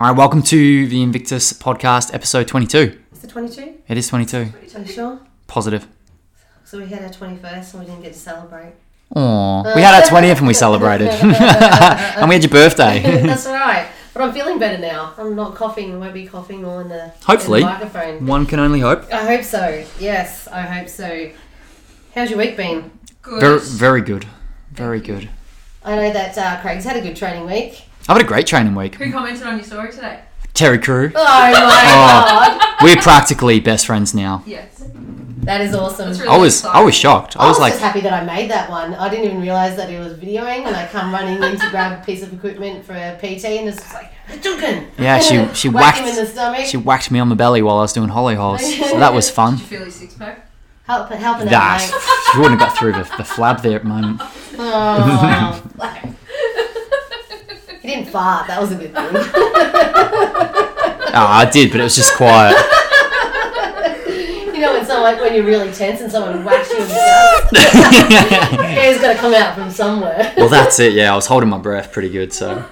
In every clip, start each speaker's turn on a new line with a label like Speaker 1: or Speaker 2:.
Speaker 1: All right, welcome to the Invictus podcast, episode 22.
Speaker 2: It's the 22?
Speaker 1: It is 22.
Speaker 2: Are you sure?
Speaker 1: Positive.
Speaker 2: So we had our 21st and we didn't get to celebrate.
Speaker 1: Aww. We had our 20th and we celebrated. and we had your birthday.
Speaker 2: That's all right. But I'm feeling better now. I'm not coughing. I won't be coughing all in the, in the
Speaker 1: Hopefully.
Speaker 2: microphone.
Speaker 1: One can only hope.
Speaker 2: I hope so. Yes, I hope so. How's your week been?
Speaker 3: Good.
Speaker 1: Very, very good. Very good.
Speaker 2: I know that uh, Craig's had a good training week.
Speaker 1: I've had a great training week.
Speaker 3: Who commented on your story today?
Speaker 1: Terry Crew.
Speaker 2: Oh my god.
Speaker 1: We're practically best friends now.
Speaker 3: Yes.
Speaker 2: That is awesome.
Speaker 3: That's really
Speaker 1: I was I was shocked. I was like,
Speaker 2: just happy that I made that one. I didn't even realize that it was videoing, and I come running in to grab a piece of equipment for a PT, and it's just like Duncan.
Speaker 1: Yeah, she- she
Speaker 2: Whack him
Speaker 1: whacked-
Speaker 2: in the stomach.
Speaker 1: she whacked me on the belly while I was doing holly holes. So that was
Speaker 3: Did
Speaker 1: fun.
Speaker 3: you feel your six pack?
Speaker 2: Help, helping out. mate.
Speaker 1: That. You wouldn't have got through the, the flab there at the moment.
Speaker 2: Oh, he didn't fart. That was a good thing.
Speaker 1: Oh, I did, but it was just quiet.
Speaker 2: you know, when someone when you're really tense and someone whacks you in the gut, air's got to come out from somewhere.
Speaker 1: well, that's it. Yeah, I was holding my breath pretty good. So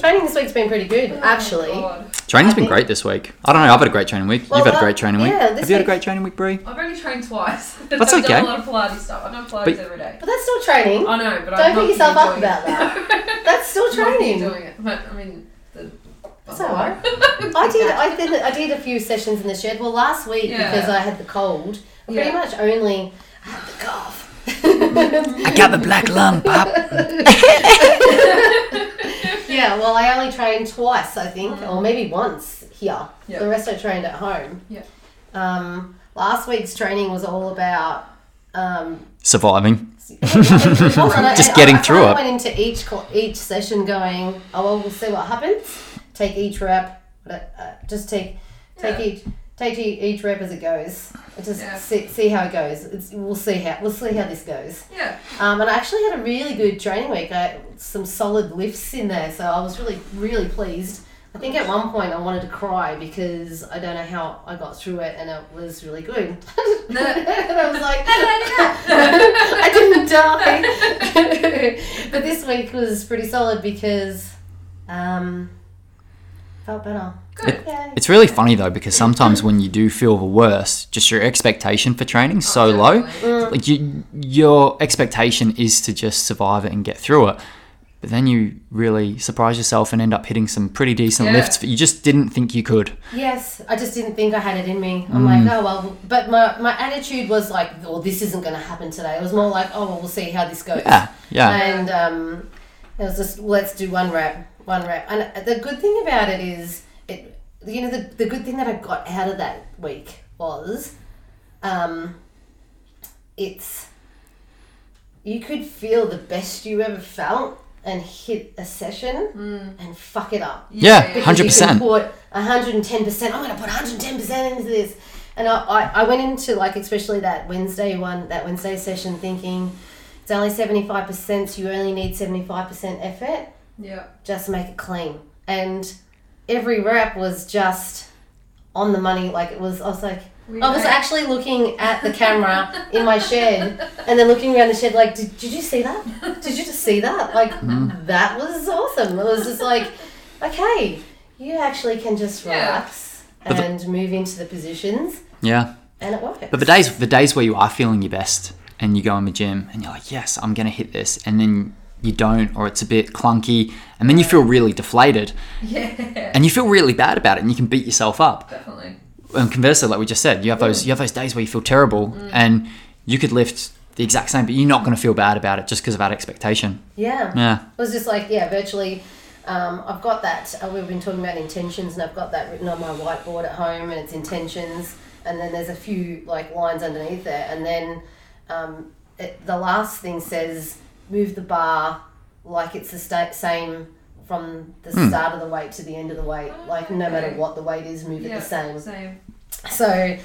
Speaker 2: Training this week's been pretty good, actually.
Speaker 3: Oh, God.
Speaker 1: training's been great this week. I don't know. I've had a great training week.
Speaker 2: Well,
Speaker 1: You've had a
Speaker 2: well,
Speaker 1: great training week.
Speaker 2: yeah, this
Speaker 1: Have you had a
Speaker 2: week-
Speaker 1: great training week, Brie?
Speaker 3: I've only trained twice.
Speaker 1: That's
Speaker 3: I've
Speaker 1: okay.
Speaker 3: done a lot of Pilates stuff. I've done Pilates
Speaker 1: But-
Speaker 3: every day.
Speaker 2: But that's still training.
Speaker 3: I know, but
Speaker 2: Don't
Speaker 3: I'm
Speaker 2: beat
Speaker 3: not
Speaker 2: yourself up
Speaker 3: enjoying
Speaker 2: about
Speaker 3: it.
Speaker 2: That's still
Speaker 3: I'm not
Speaker 2: training.
Speaker 3: enjoying it. But, I mean, the.
Speaker 2: It's alright. I did. I did. I did a few sessions in the shed. Well, last week
Speaker 3: Yeah.
Speaker 2: because I had the cold. I pretty
Speaker 3: Yeah.
Speaker 2: much only I had the cough.
Speaker 1: I got the black lump up.
Speaker 2: Yeah, well, I only trained twice, I think, or maybe once here.
Speaker 3: Mm. Yeah.
Speaker 2: The rest I trained at home.
Speaker 3: Yeah.
Speaker 2: Um, last week's training was all about. Um,
Speaker 1: Surviving.
Speaker 2: just
Speaker 1: getting through it.
Speaker 2: I went into each co- each session going, oh well, we'll see what happens. Take each rep, uh, uh, just take take
Speaker 3: Yeah.
Speaker 2: each take e- each rep as it goes. Just
Speaker 3: Yeah.
Speaker 2: see, see how it goes. It's, we'll see how we'll see how this goes.
Speaker 3: Yeah.
Speaker 2: Um, and I actually had a really good training week. I some solid lifts in there, so I was really really pleased. I think at one point I wanted to cry because I don't know how I got through it, and it was really good. and I was like, I didn't die. but this week was pretty solid because um, felt better.
Speaker 3: Good.
Speaker 2: Yay.
Speaker 1: It's really funny though because sometimes when you do feel the worst, just your expectation for training's
Speaker 2: Oh,
Speaker 1: so low.
Speaker 2: Mm.
Speaker 1: Like you, your expectation is to just survive it and get through it. But then you really surprise yourself and end up hitting some pretty decent
Speaker 3: Yeah.
Speaker 1: lifts that you just didn't think you could.
Speaker 2: Yes, I just didn't think I had it in me.
Speaker 1: Mm.
Speaker 2: I'm like, oh well, but my, my attitude was like, well, this isn't going to happen today. It was more like, oh well, we'll see how this goes.
Speaker 1: Yeah, yeah.
Speaker 2: And um, it was just let's do one rep, one rep. And the good thing about it is, it you know the, the good thing that I got out of that week was, um, it's you could feel the best you ever felt and hit a session and fuck it up.
Speaker 1: Yeah,
Speaker 3: yeah.
Speaker 1: 100%.
Speaker 2: Put 110%. I'm going to put 110% into this. And I, I, I went into, like, especially that Wednesday one, that Wednesday session thinking it's only 75%, so you only need 75% effort.
Speaker 3: Yeah.
Speaker 2: Just make it clean. And every rep was just on the money. Like, it was, I was like,
Speaker 3: We
Speaker 2: I was
Speaker 3: know.
Speaker 2: actually looking at the camera in my shed and then looking around the shed like, did, did you see that? Did you just see that? Like,
Speaker 1: Hmm.
Speaker 2: that was awesome. It was just like, okay, you actually can just
Speaker 3: Yeah.
Speaker 2: relax
Speaker 1: But the-
Speaker 2: and move into the positions
Speaker 1: yeah.
Speaker 2: and it works.
Speaker 1: But the days the days where you are feeling your best and you go in the gym and you're like, yes, I'm gonna hit this, and then you don't, or it's a bit clunky, and then you feel really deflated
Speaker 3: Yeah.
Speaker 1: and you feel really bad about it, and you can beat yourself up.
Speaker 3: Definitely.
Speaker 1: And conversely, like we just said, you have those you have those days where you feel terrible, and you could lift the exact same, but you're not gonna feel bad about it just because of that expectation.
Speaker 2: yeah.
Speaker 1: Yeah,
Speaker 2: It was just like, yeah, virtually. Um, I've got that. Uh, we've been talking about intentions, and I've got that written on my whiteboard at home, and it's intentions. And then there's a few like lines underneath there, and then um, it, the last thing says move the bar like it's the sta- same from the start of the weight to the end of the weight. Like no matter
Speaker 3: Okay.
Speaker 2: what the weight is, move
Speaker 3: Yeah.
Speaker 2: it the same.
Speaker 3: Same.
Speaker 2: So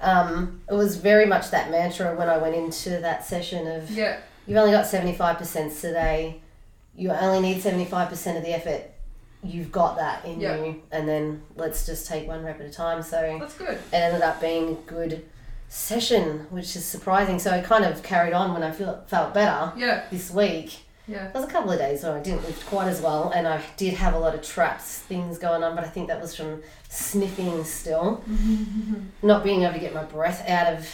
Speaker 2: um, it was very much that mantra when I went into that session of
Speaker 3: Yeah.
Speaker 2: You've only got 75% today. You only need 75% of the effort. You've got that in
Speaker 3: Yeah.
Speaker 2: you. And then let's just take one rep at a time. So it
Speaker 3: That's good.
Speaker 2: ended up being a good session, which is surprising. So I kind of carried on when I feel, felt better
Speaker 3: Yeah.
Speaker 2: this week.
Speaker 3: Yeah.
Speaker 2: There was a couple of days where I didn't lift quite as well, and I did have a lot of traps, things going on, but I think that was from sniffing still, not being able to get my breath out of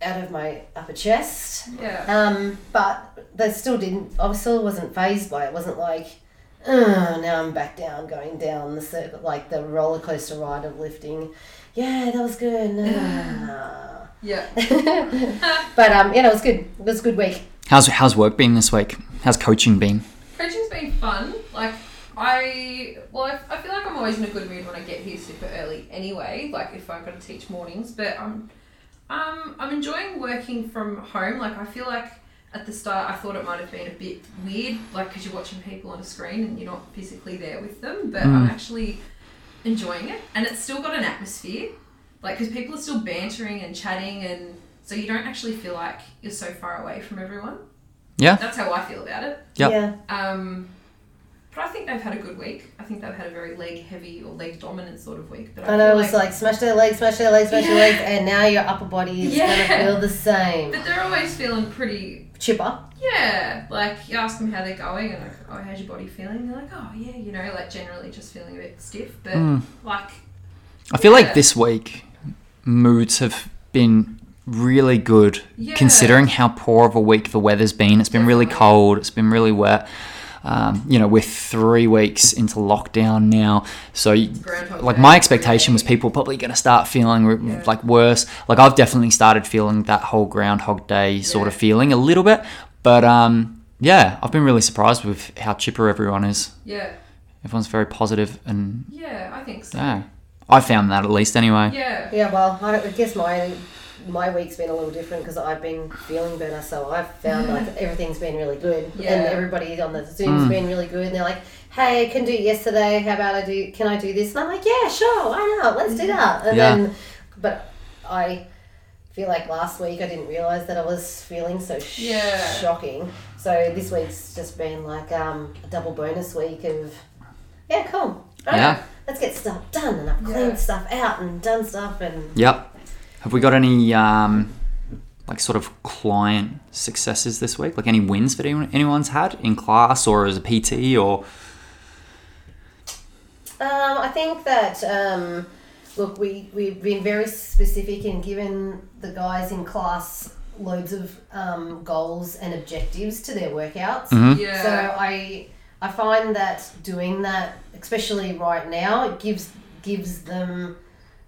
Speaker 2: out of my upper chest.
Speaker 3: Yeah.
Speaker 2: Um, but they still didn't. I still wasn't phased by it. it wasn't like, oh, now I'm back down, going down the circuit, like the roller coaster ride of lifting. Yeah, that was good. Nah, nah,
Speaker 3: Yeah.
Speaker 2: nah. but um, you know, it was good. It was a good week.
Speaker 1: How's how's work been this week? How's coaching been?
Speaker 3: Coaching's been fun. Like I, well, I, I feel like I'm always in a good mood when I get here super early. Anyway, like if I've got to teach mornings, but I'm, um, I'm enjoying working from home. Like I feel like at the start I thought it might have been a bit weird, like because you're watching people on a screen and you're not physically there with them. But I'm actually enjoying it, and it's still got an atmosphere. Like because people are still bantering and chatting, and so you don't actually feel like you're so far away from everyone.
Speaker 1: Yeah,
Speaker 3: That's how I feel about it.
Speaker 1: Yep.
Speaker 2: Yeah.
Speaker 3: Um, but I think they've had a good week. I think they've had a very leg heavy or leg dominant sort of week. But I,
Speaker 2: I know
Speaker 3: feel
Speaker 2: it was like smash their legs, smash their legs, smash their
Speaker 3: Yeah.
Speaker 2: legs, and now your upper body is
Speaker 3: Yeah.
Speaker 2: gonna feel the same.
Speaker 3: But they're always feeling pretty.
Speaker 2: Chipper.
Speaker 3: Yeah, like you ask them how they're going, and like, oh, how's your body feeling? They're like, oh yeah, you know, like generally just feeling a bit stiff, but like
Speaker 1: I feel
Speaker 3: Yeah.
Speaker 1: like this week moods have been really good
Speaker 3: Yeah.
Speaker 1: considering how poor of a week the weather's been. It's been really
Speaker 3: Definitely.
Speaker 1: cold. It's been really wet. Um, you know, we're three weeks into lockdown now, so you-
Speaker 3: Groundhog
Speaker 1: like
Speaker 3: Day
Speaker 1: my
Speaker 3: every
Speaker 1: expectation was
Speaker 3: day.
Speaker 1: people probably going to start feeling re-
Speaker 3: Yeah.
Speaker 1: like worse. Like I've definitely started feeling that whole Groundhog Day sort
Speaker 3: Yeah.
Speaker 1: of feeling a little bit, but um, yeah, I've been really surprised with how chipper everyone is.
Speaker 3: yeah,
Speaker 1: Everyone's very positive, and
Speaker 3: yeah, I think so.
Speaker 1: yeah, I found that at least anyway.
Speaker 3: Yeah,
Speaker 2: Yeah, well, I, I guess my my week's been a little different because I've been feeling better, so I've found like everything's been really good,
Speaker 3: Mm. Yeah.
Speaker 2: and everybody on the Zoom's
Speaker 1: Mm.
Speaker 2: been really good, and they're like, "Hey, I can do yesterday. How about I do? Can I do this?" And I'm like, "Yeah, sure. Why not? Let's do
Speaker 3: Mm.
Speaker 2: that." And
Speaker 1: Yeah.
Speaker 2: then, but I feel like last week I didn't realize that I was feeling so sh-
Speaker 3: Yeah.
Speaker 2: shocking. So this week's just been like um, a double bonus week of yeah, cool. All
Speaker 1: Yeah.
Speaker 2: let's get stuff done and I've
Speaker 3: Yeah.
Speaker 2: cleaned stuff out and done stuff and
Speaker 1: Yep. Have we got any um, like sort of client successes this week? Like any wins that anyone, anyone's had in class or as a PT or
Speaker 2: um, I think that um, look we we've been very specific in giving the guys in class loads of um, goals and objectives to their workouts
Speaker 1: Hmm. Mm-hmm.
Speaker 3: yeah,
Speaker 2: So I I find that doing that, especially right now, it gives gives them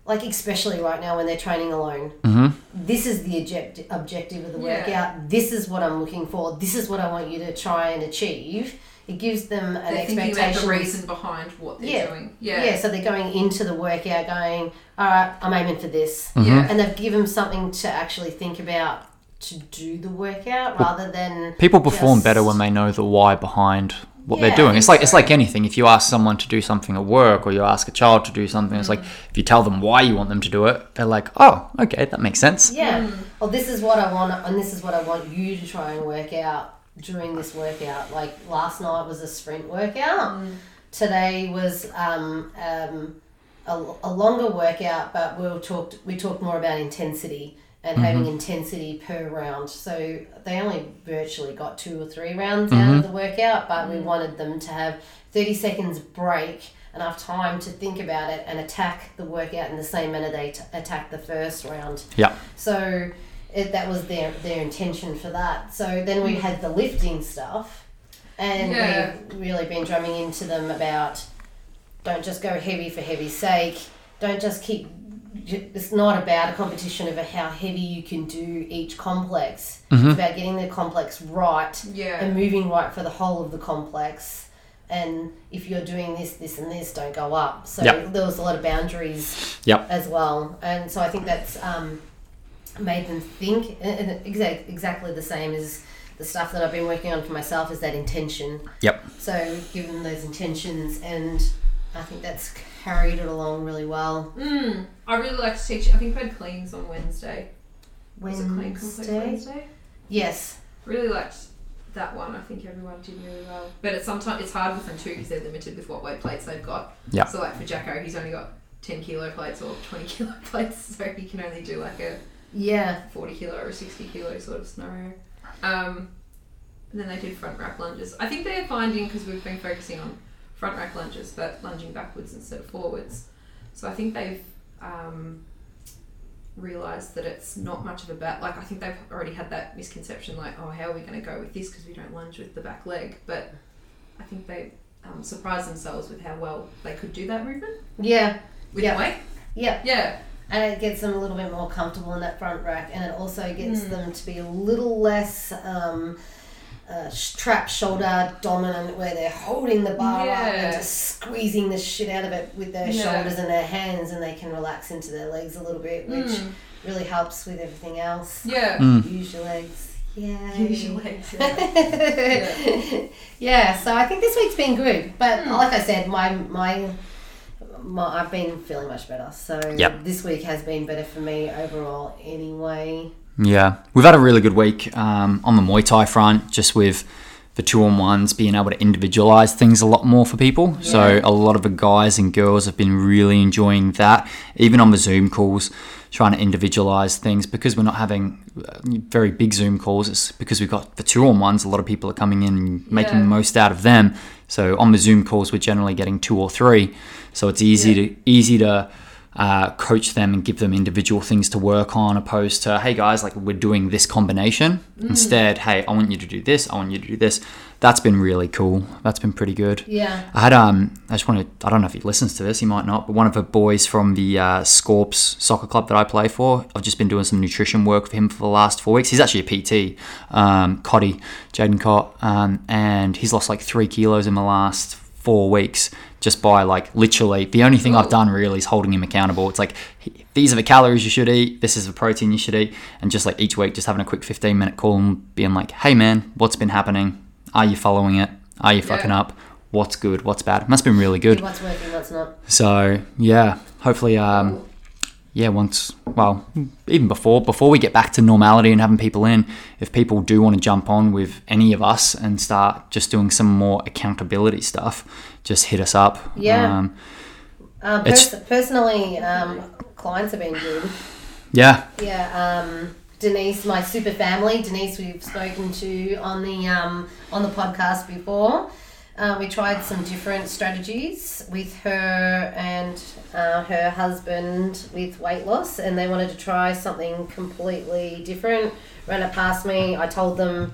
Speaker 2: like especially right now when they're training alone.
Speaker 1: Mhm.
Speaker 2: This is the object, objective of the
Speaker 3: Yeah.
Speaker 2: workout. This is what I'm looking for. This is what I want you to try and achieve. It gives them an
Speaker 3: they're thinking about the
Speaker 2: expectation.
Speaker 3: reason behind what they're
Speaker 2: Yeah.
Speaker 3: doing.
Speaker 2: yeah.
Speaker 3: Yeah,
Speaker 2: so they're going into the workout going, all right, I'm aiming for this,
Speaker 3: yeah,
Speaker 2: and they've given them something to actually think about to do the workout rather than
Speaker 1: people perform
Speaker 2: Yes.
Speaker 1: better when they know the why behind what
Speaker 2: Yeah, I
Speaker 1: they're doing. It's
Speaker 2: think
Speaker 1: like it's
Speaker 2: so.
Speaker 1: like anything. If you ask someone to do something at work or you ask a child to do something, it's like if you tell them why you want them to do it, they're like, "Oh, okay, that makes sense."
Speaker 2: Yeah. Well, this is what I want, and this is what I want you to try and work out during this workout. Like last night was a sprint workout. Today was um, um, a, a longer workout, but we will talked we talked more about intensity and having intensity per round. So they only virtually got two or three rounds out of the workout, but we wanted them to have thirty seconds break. Enough time to think about it and attack the workout in the same manner they t- attacked the first round.
Speaker 1: Yeah.
Speaker 2: So it, that was their their intention for that. So then we had the lifting stuff, and
Speaker 3: Yeah.
Speaker 2: we've really been drumming into them about don't just go heavy for heavy's sake. Don't just keep. It's not about a competition of how heavy you can do each complex.
Speaker 1: Mm-hmm. Mm.
Speaker 2: It's about getting the complex right
Speaker 3: yeah,
Speaker 2: and moving right for the whole of the complex. And if you're doing this, this, and this, don't go up. So
Speaker 1: Yep.
Speaker 2: there was a lot of boundaries
Speaker 1: Yep.
Speaker 2: as well. And so I think that's um, made them think and and exact, exactly the same as the stuff that I've been working on for myself is that intention.
Speaker 1: Yep.
Speaker 2: So give them those intentions, and I think that's carried it along really well.
Speaker 3: Mm, I really like to teach. I think we had cleans on Wednesday. Was it clean complex
Speaker 2: Wednesday?
Speaker 3: Wednesday?
Speaker 2: Yes.
Speaker 3: really liked that one. I think everyone did really well. But it's sometimes it's hard with them too because they're limited with what weight plates they've got.
Speaker 1: Yeah.
Speaker 3: So like for Jacko, he's only got ten kilo plates or twenty kilo plates, so he can only do like a
Speaker 2: Yeah.
Speaker 3: forty kilo or a sixty kilo sort of scenario. Um, And then they do front rack lunges. I think they're finding because we've been focusing on front rack lunges, but lunging backwards instead of forwards. So I think they've um, realized that it's not much of a bat. Like I think they've already had that misconception, like, oh, how are we going to go with this because we don't lunge with the back leg? But I think they um, surprised themselves with how well they could do that movement
Speaker 2: Yeah,
Speaker 3: with
Speaker 2: Yeah.
Speaker 3: weight.
Speaker 2: yeah,
Speaker 3: Yeah,
Speaker 2: and it gets them a little bit more comfortable in that front rack, and it also gets
Speaker 3: Hmm.
Speaker 2: them to be a little less um, uh, sh- trap shoulder dominant, where they're holding the bar up
Speaker 3: Yeah.
Speaker 2: and just squeezing the shit out of it with their
Speaker 3: Yeah.
Speaker 2: shoulders and their hands, and they can relax into their legs a little bit, which really helps with everything else.
Speaker 3: Hmm. Mm. yeah.
Speaker 2: Use your legs. Yeah.
Speaker 3: Use your legs, yeah.
Speaker 2: yeah. so I think this week's been good, but like I said, my my. My, I've been feeling much better, so
Speaker 1: Yep.
Speaker 2: this week has been better for me overall. Anyway,
Speaker 1: Yeah, we've had a really good week um, on the Muay Thai front, just with the two on ones being able to individualize things a lot more for people. So, a lot of the guys and girls have been really enjoying that, even on the Zoom calls, trying to individualize things because we're not having uh, very big Zoom calls. It's because we've got the two on ones, a lot of people are coming in and making
Speaker 3: Yeah.
Speaker 1: the most out of them. So, on the Zoom calls, we're generally getting two or three. So, it's easy to, e-, easy to, uh, coach them and give them individual things to work on, opposed to, hey guys, like we're doing this combination. Instead, hey, I want you to do this, I want you to do this. That's been really cool. That's been pretty good.
Speaker 2: yeah,
Speaker 1: I had um, I just want to. I don't know if he listens to this. He might not. But one of the boys from the uh, Scorps soccer club that I play for, I've just been doing some nutrition work for him for the last four weeks. He's actually a PT, um, Cotty, Jaden Cott, um, and he's lost like three kilos in the last four weeks just by like literally the only thing I've done really is holding him accountable. It's like he- these are the calories you should eat, this is the protein you should eat, and just like each week, just having a quick fifteen minute call and being like, hey man, what's been happening? Are you following it? Are you fucking up? what's good, what's bad. Must have been really good.
Speaker 2: what's working, what's not.
Speaker 1: So yeah, hopefully, um, yeah, once well, even before before we get back to normality and having people in, if people do want to jump on with any of us and start just doing some more accountability stuff, just hit us up.
Speaker 2: Yeah.
Speaker 1: um,
Speaker 2: Um,
Speaker 1: It's-
Speaker 2: pers- personally, um, clients have been good.
Speaker 1: yeah,
Speaker 2: Yeah, um, Denise, my super family, Denise, we've spoken to on the um, on the podcast before. Uh, we tried some different strategies with her and uh, her husband with weight loss, and they wanted to try something completely different. Ran it past me. I told them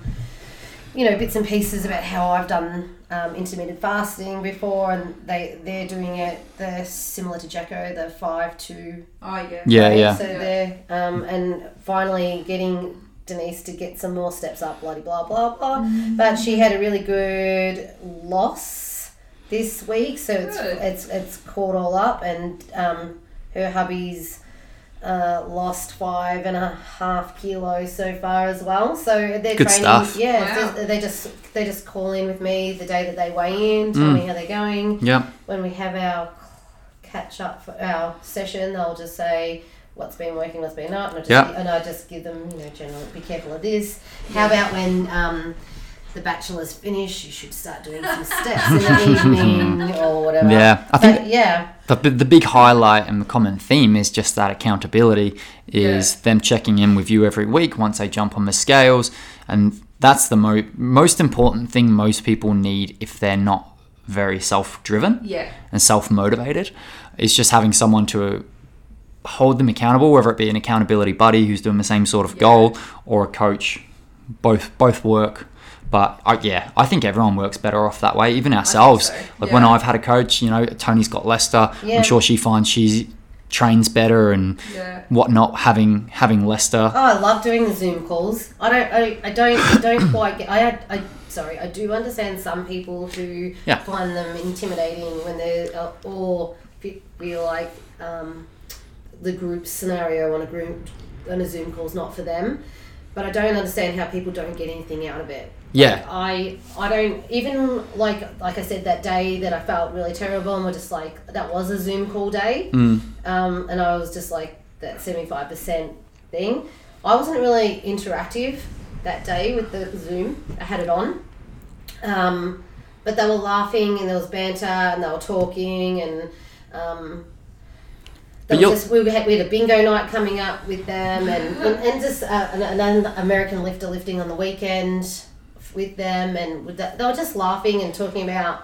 Speaker 2: you know bits and pieces about how I've done um, intermittent fasting before, and they they're doing it. They're similar to Jacko, the five two
Speaker 3: Oh yeah.
Speaker 1: yeah,
Speaker 2: Right,
Speaker 1: yeah,
Speaker 2: So there, um, and finally getting Denise to get some more steps up, bloody blah blah blah.
Speaker 3: Mm.
Speaker 2: But she had a really good loss this week, so it's
Speaker 3: Good.
Speaker 2: it's it's caught all up, and um, her hubby's uh, lost five and a half kilos so far as well. So they're
Speaker 1: Good
Speaker 2: training.
Speaker 1: stuff.
Speaker 2: Yeah,
Speaker 3: Wow.
Speaker 2: it's just- they just they just call in with me the day that they weigh in, tell me
Speaker 1: Mm.
Speaker 2: how they're going
Speaker 1: yeah,
Speaker 2: when we have our catch up for our session, they'll just say what's been working, what's been not, and I just,
Speaker 1: Yeah.
Speaker 2: and I just give them you know general be careful of this. How about when um, the bachelor's finished, you should start doing some steps in the evening or whatever.
Speaker 1: Yeah, I
Speaker 2: But
Speaker 1: think-
Speaker 2: yeah,
Speaker 1: But the, the big highlight and the common theme is just that accountability is them checking in with you every week once they jump on the scales. And that's the mo- most important thing most people need if they're not very self driven
Speaker 3: Yeah.
Speaker 1: and self motivated is just having someone to hold them accountable, whether it be an accountability buddy who's doing the same sort of goal or a coach. Both both work, but I, yeah, I think everyone works better off that way. Even ourselves,
Speaker 3: so,
Speaker 1: like when
Speaker 3: yeah.
Speaker 1: I've had a coach, you know, Tony's got Lester.
Speaker 2: Yeah.
Speaker 1: I'm sure she finds she trains better and
Speaker 3: Yeah.
Speaker 1: whatnot. Having having Lester,
Speaker 2: oh, I love doing the Zoom calls. I don't, I, I don't, I don't quite get. I, had- I, sorry, I do understand some people who
Speaker 1: Yeah.
Speaker 2: find them intimidating when they're uh, or fe- feel like um, the group scenario on a group on a Zoom call is not for them. But I don't understand how people don't get anything out of it.
Speaker 1: yeah,
Speaker 2: I I don't even like like I said that day that I felt really terrible and we're just like that was a Zoom call day, um, and I was just like that seventy five percent thing. I wasn't really interactive that day with the Zoom. I had it on, um, but they were laughing and there was banter and they were talking and. Um,
Speaker 1: But
Speaker 2: they were
Speaker 1: you're-
Speaker 2: just, we, had, we had a bingo night coming up with them and, and, and just uh, an, an American lifter lifting on the weekend with them, and with that, they were just laughing and talking about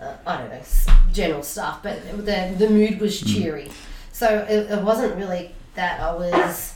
Speaker 2: uh, I don't know s- general stuff, but the the mood was
Speaker 1: Mm.
Speaker 2: cheery. So it, it wasn't really that I was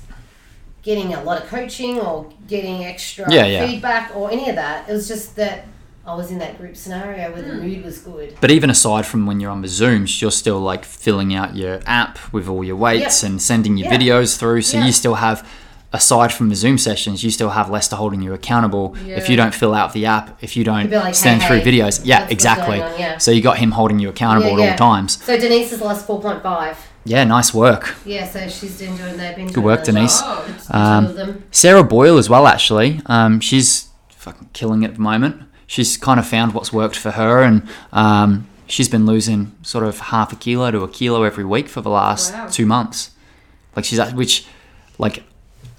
Speaker 2: getting a lot of coaching or getting extra
Speaker 1: Yeah, yeah.
Speaker 2: feedback or any of that. It was just that I was in that group scenario where the mood was good.
Speaker 1: But even aside from when you're on the Zooms, you're still like filling out your app with all your weights and sending your
Speaker 2: Yeah.
Speaker 1: videos through. So
Speaker 2: Yeah.
Speaker 1: you still have, aside from the Zoom sessions, you still have Lester holding you accountable. If you
Speaker 3: Yeah.
Speaker 1: don't fill out the app, if you don't
Speaker 2: be like,
Speaker 1: send
Speaker 2: "Hey,
Speaker 1: through
Speaker 2: hey,
Speaker 1: videos, yeah,
Speaker 2: that's what's
Speaker 1: exactly.
Speaker 2: going on, yeah.
Speaker 1: So you got him holding you accountable
Speaker 2: Yeah,
Speaker 1: at
Speaker 2: yeah.
Speaker 1: all times.
Speaker 2: So Denise is last four point five.
Speaker 1: Yeah, nice work.
Speaker 2: Yeah, so she's doing doing that. Been
Speaker 1: Good work, Denise.
Speaker 3: Oh,
Speaker 1: Uh,
Speaker 2: Um, of them.
Speaker 1: Sarah Boyle as well, actually. Um, she's fucking killing it at the moment. She's kind of found what's worked for her, and um, she's been losing sort of half a kilo to a kilo every week for the last
Speaker 3: Wow.
Speaker 1: two months. Like she's at which, like,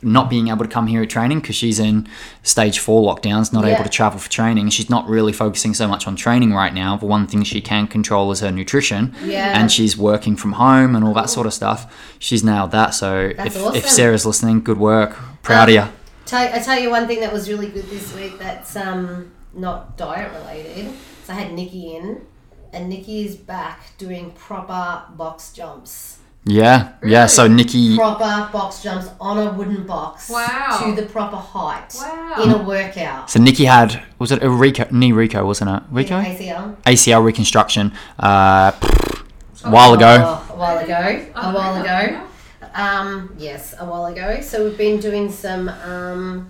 Speaker 1: not being able to come here at training because she's in stage four lockdowns, not
Speaker 2: Yeah.
Speaker 1: able to travel for training. She's not really focusing so much on training right now. The one thing she can control is her nutrition,
Speaker 2: Yeah.
Speaker 1: and she's working from home and all that sort of stuff. She's nailed that. So
Speaker 2: That's
Speaker 1: if,
Speaker 2: awesome.
Speaker 1: if Sarah's listening, good work. Proud of
Speaker 2: Um,
Speaker 1: you.
Speaker 2: Tell, I tell you one thing that was really good this week. That's um not diet related. So I had Nikki in, and Nikki is back doing proper box jumps.
Speaker 1: Yeah, yeah. So Nikki,
Speaker 2: Proper box jumps on a wooden box.
Speaker 3: Wow.
Speaker 2: To the proper height.
Speaker 3: Wow.
Speaker 2: In a workout.
Speaker 1: so Nikki had was it a Rico, knee Rico wasn't it Rico
Speaker 2: ACL.
Speaker 1: ACL reconstruction uh, a while ago.
Speaker 2: Oh, a while ago. A while ago.
Speaker 3: yeah.
Speaker 2: Um, yes, a while ago. So we've been doing some um,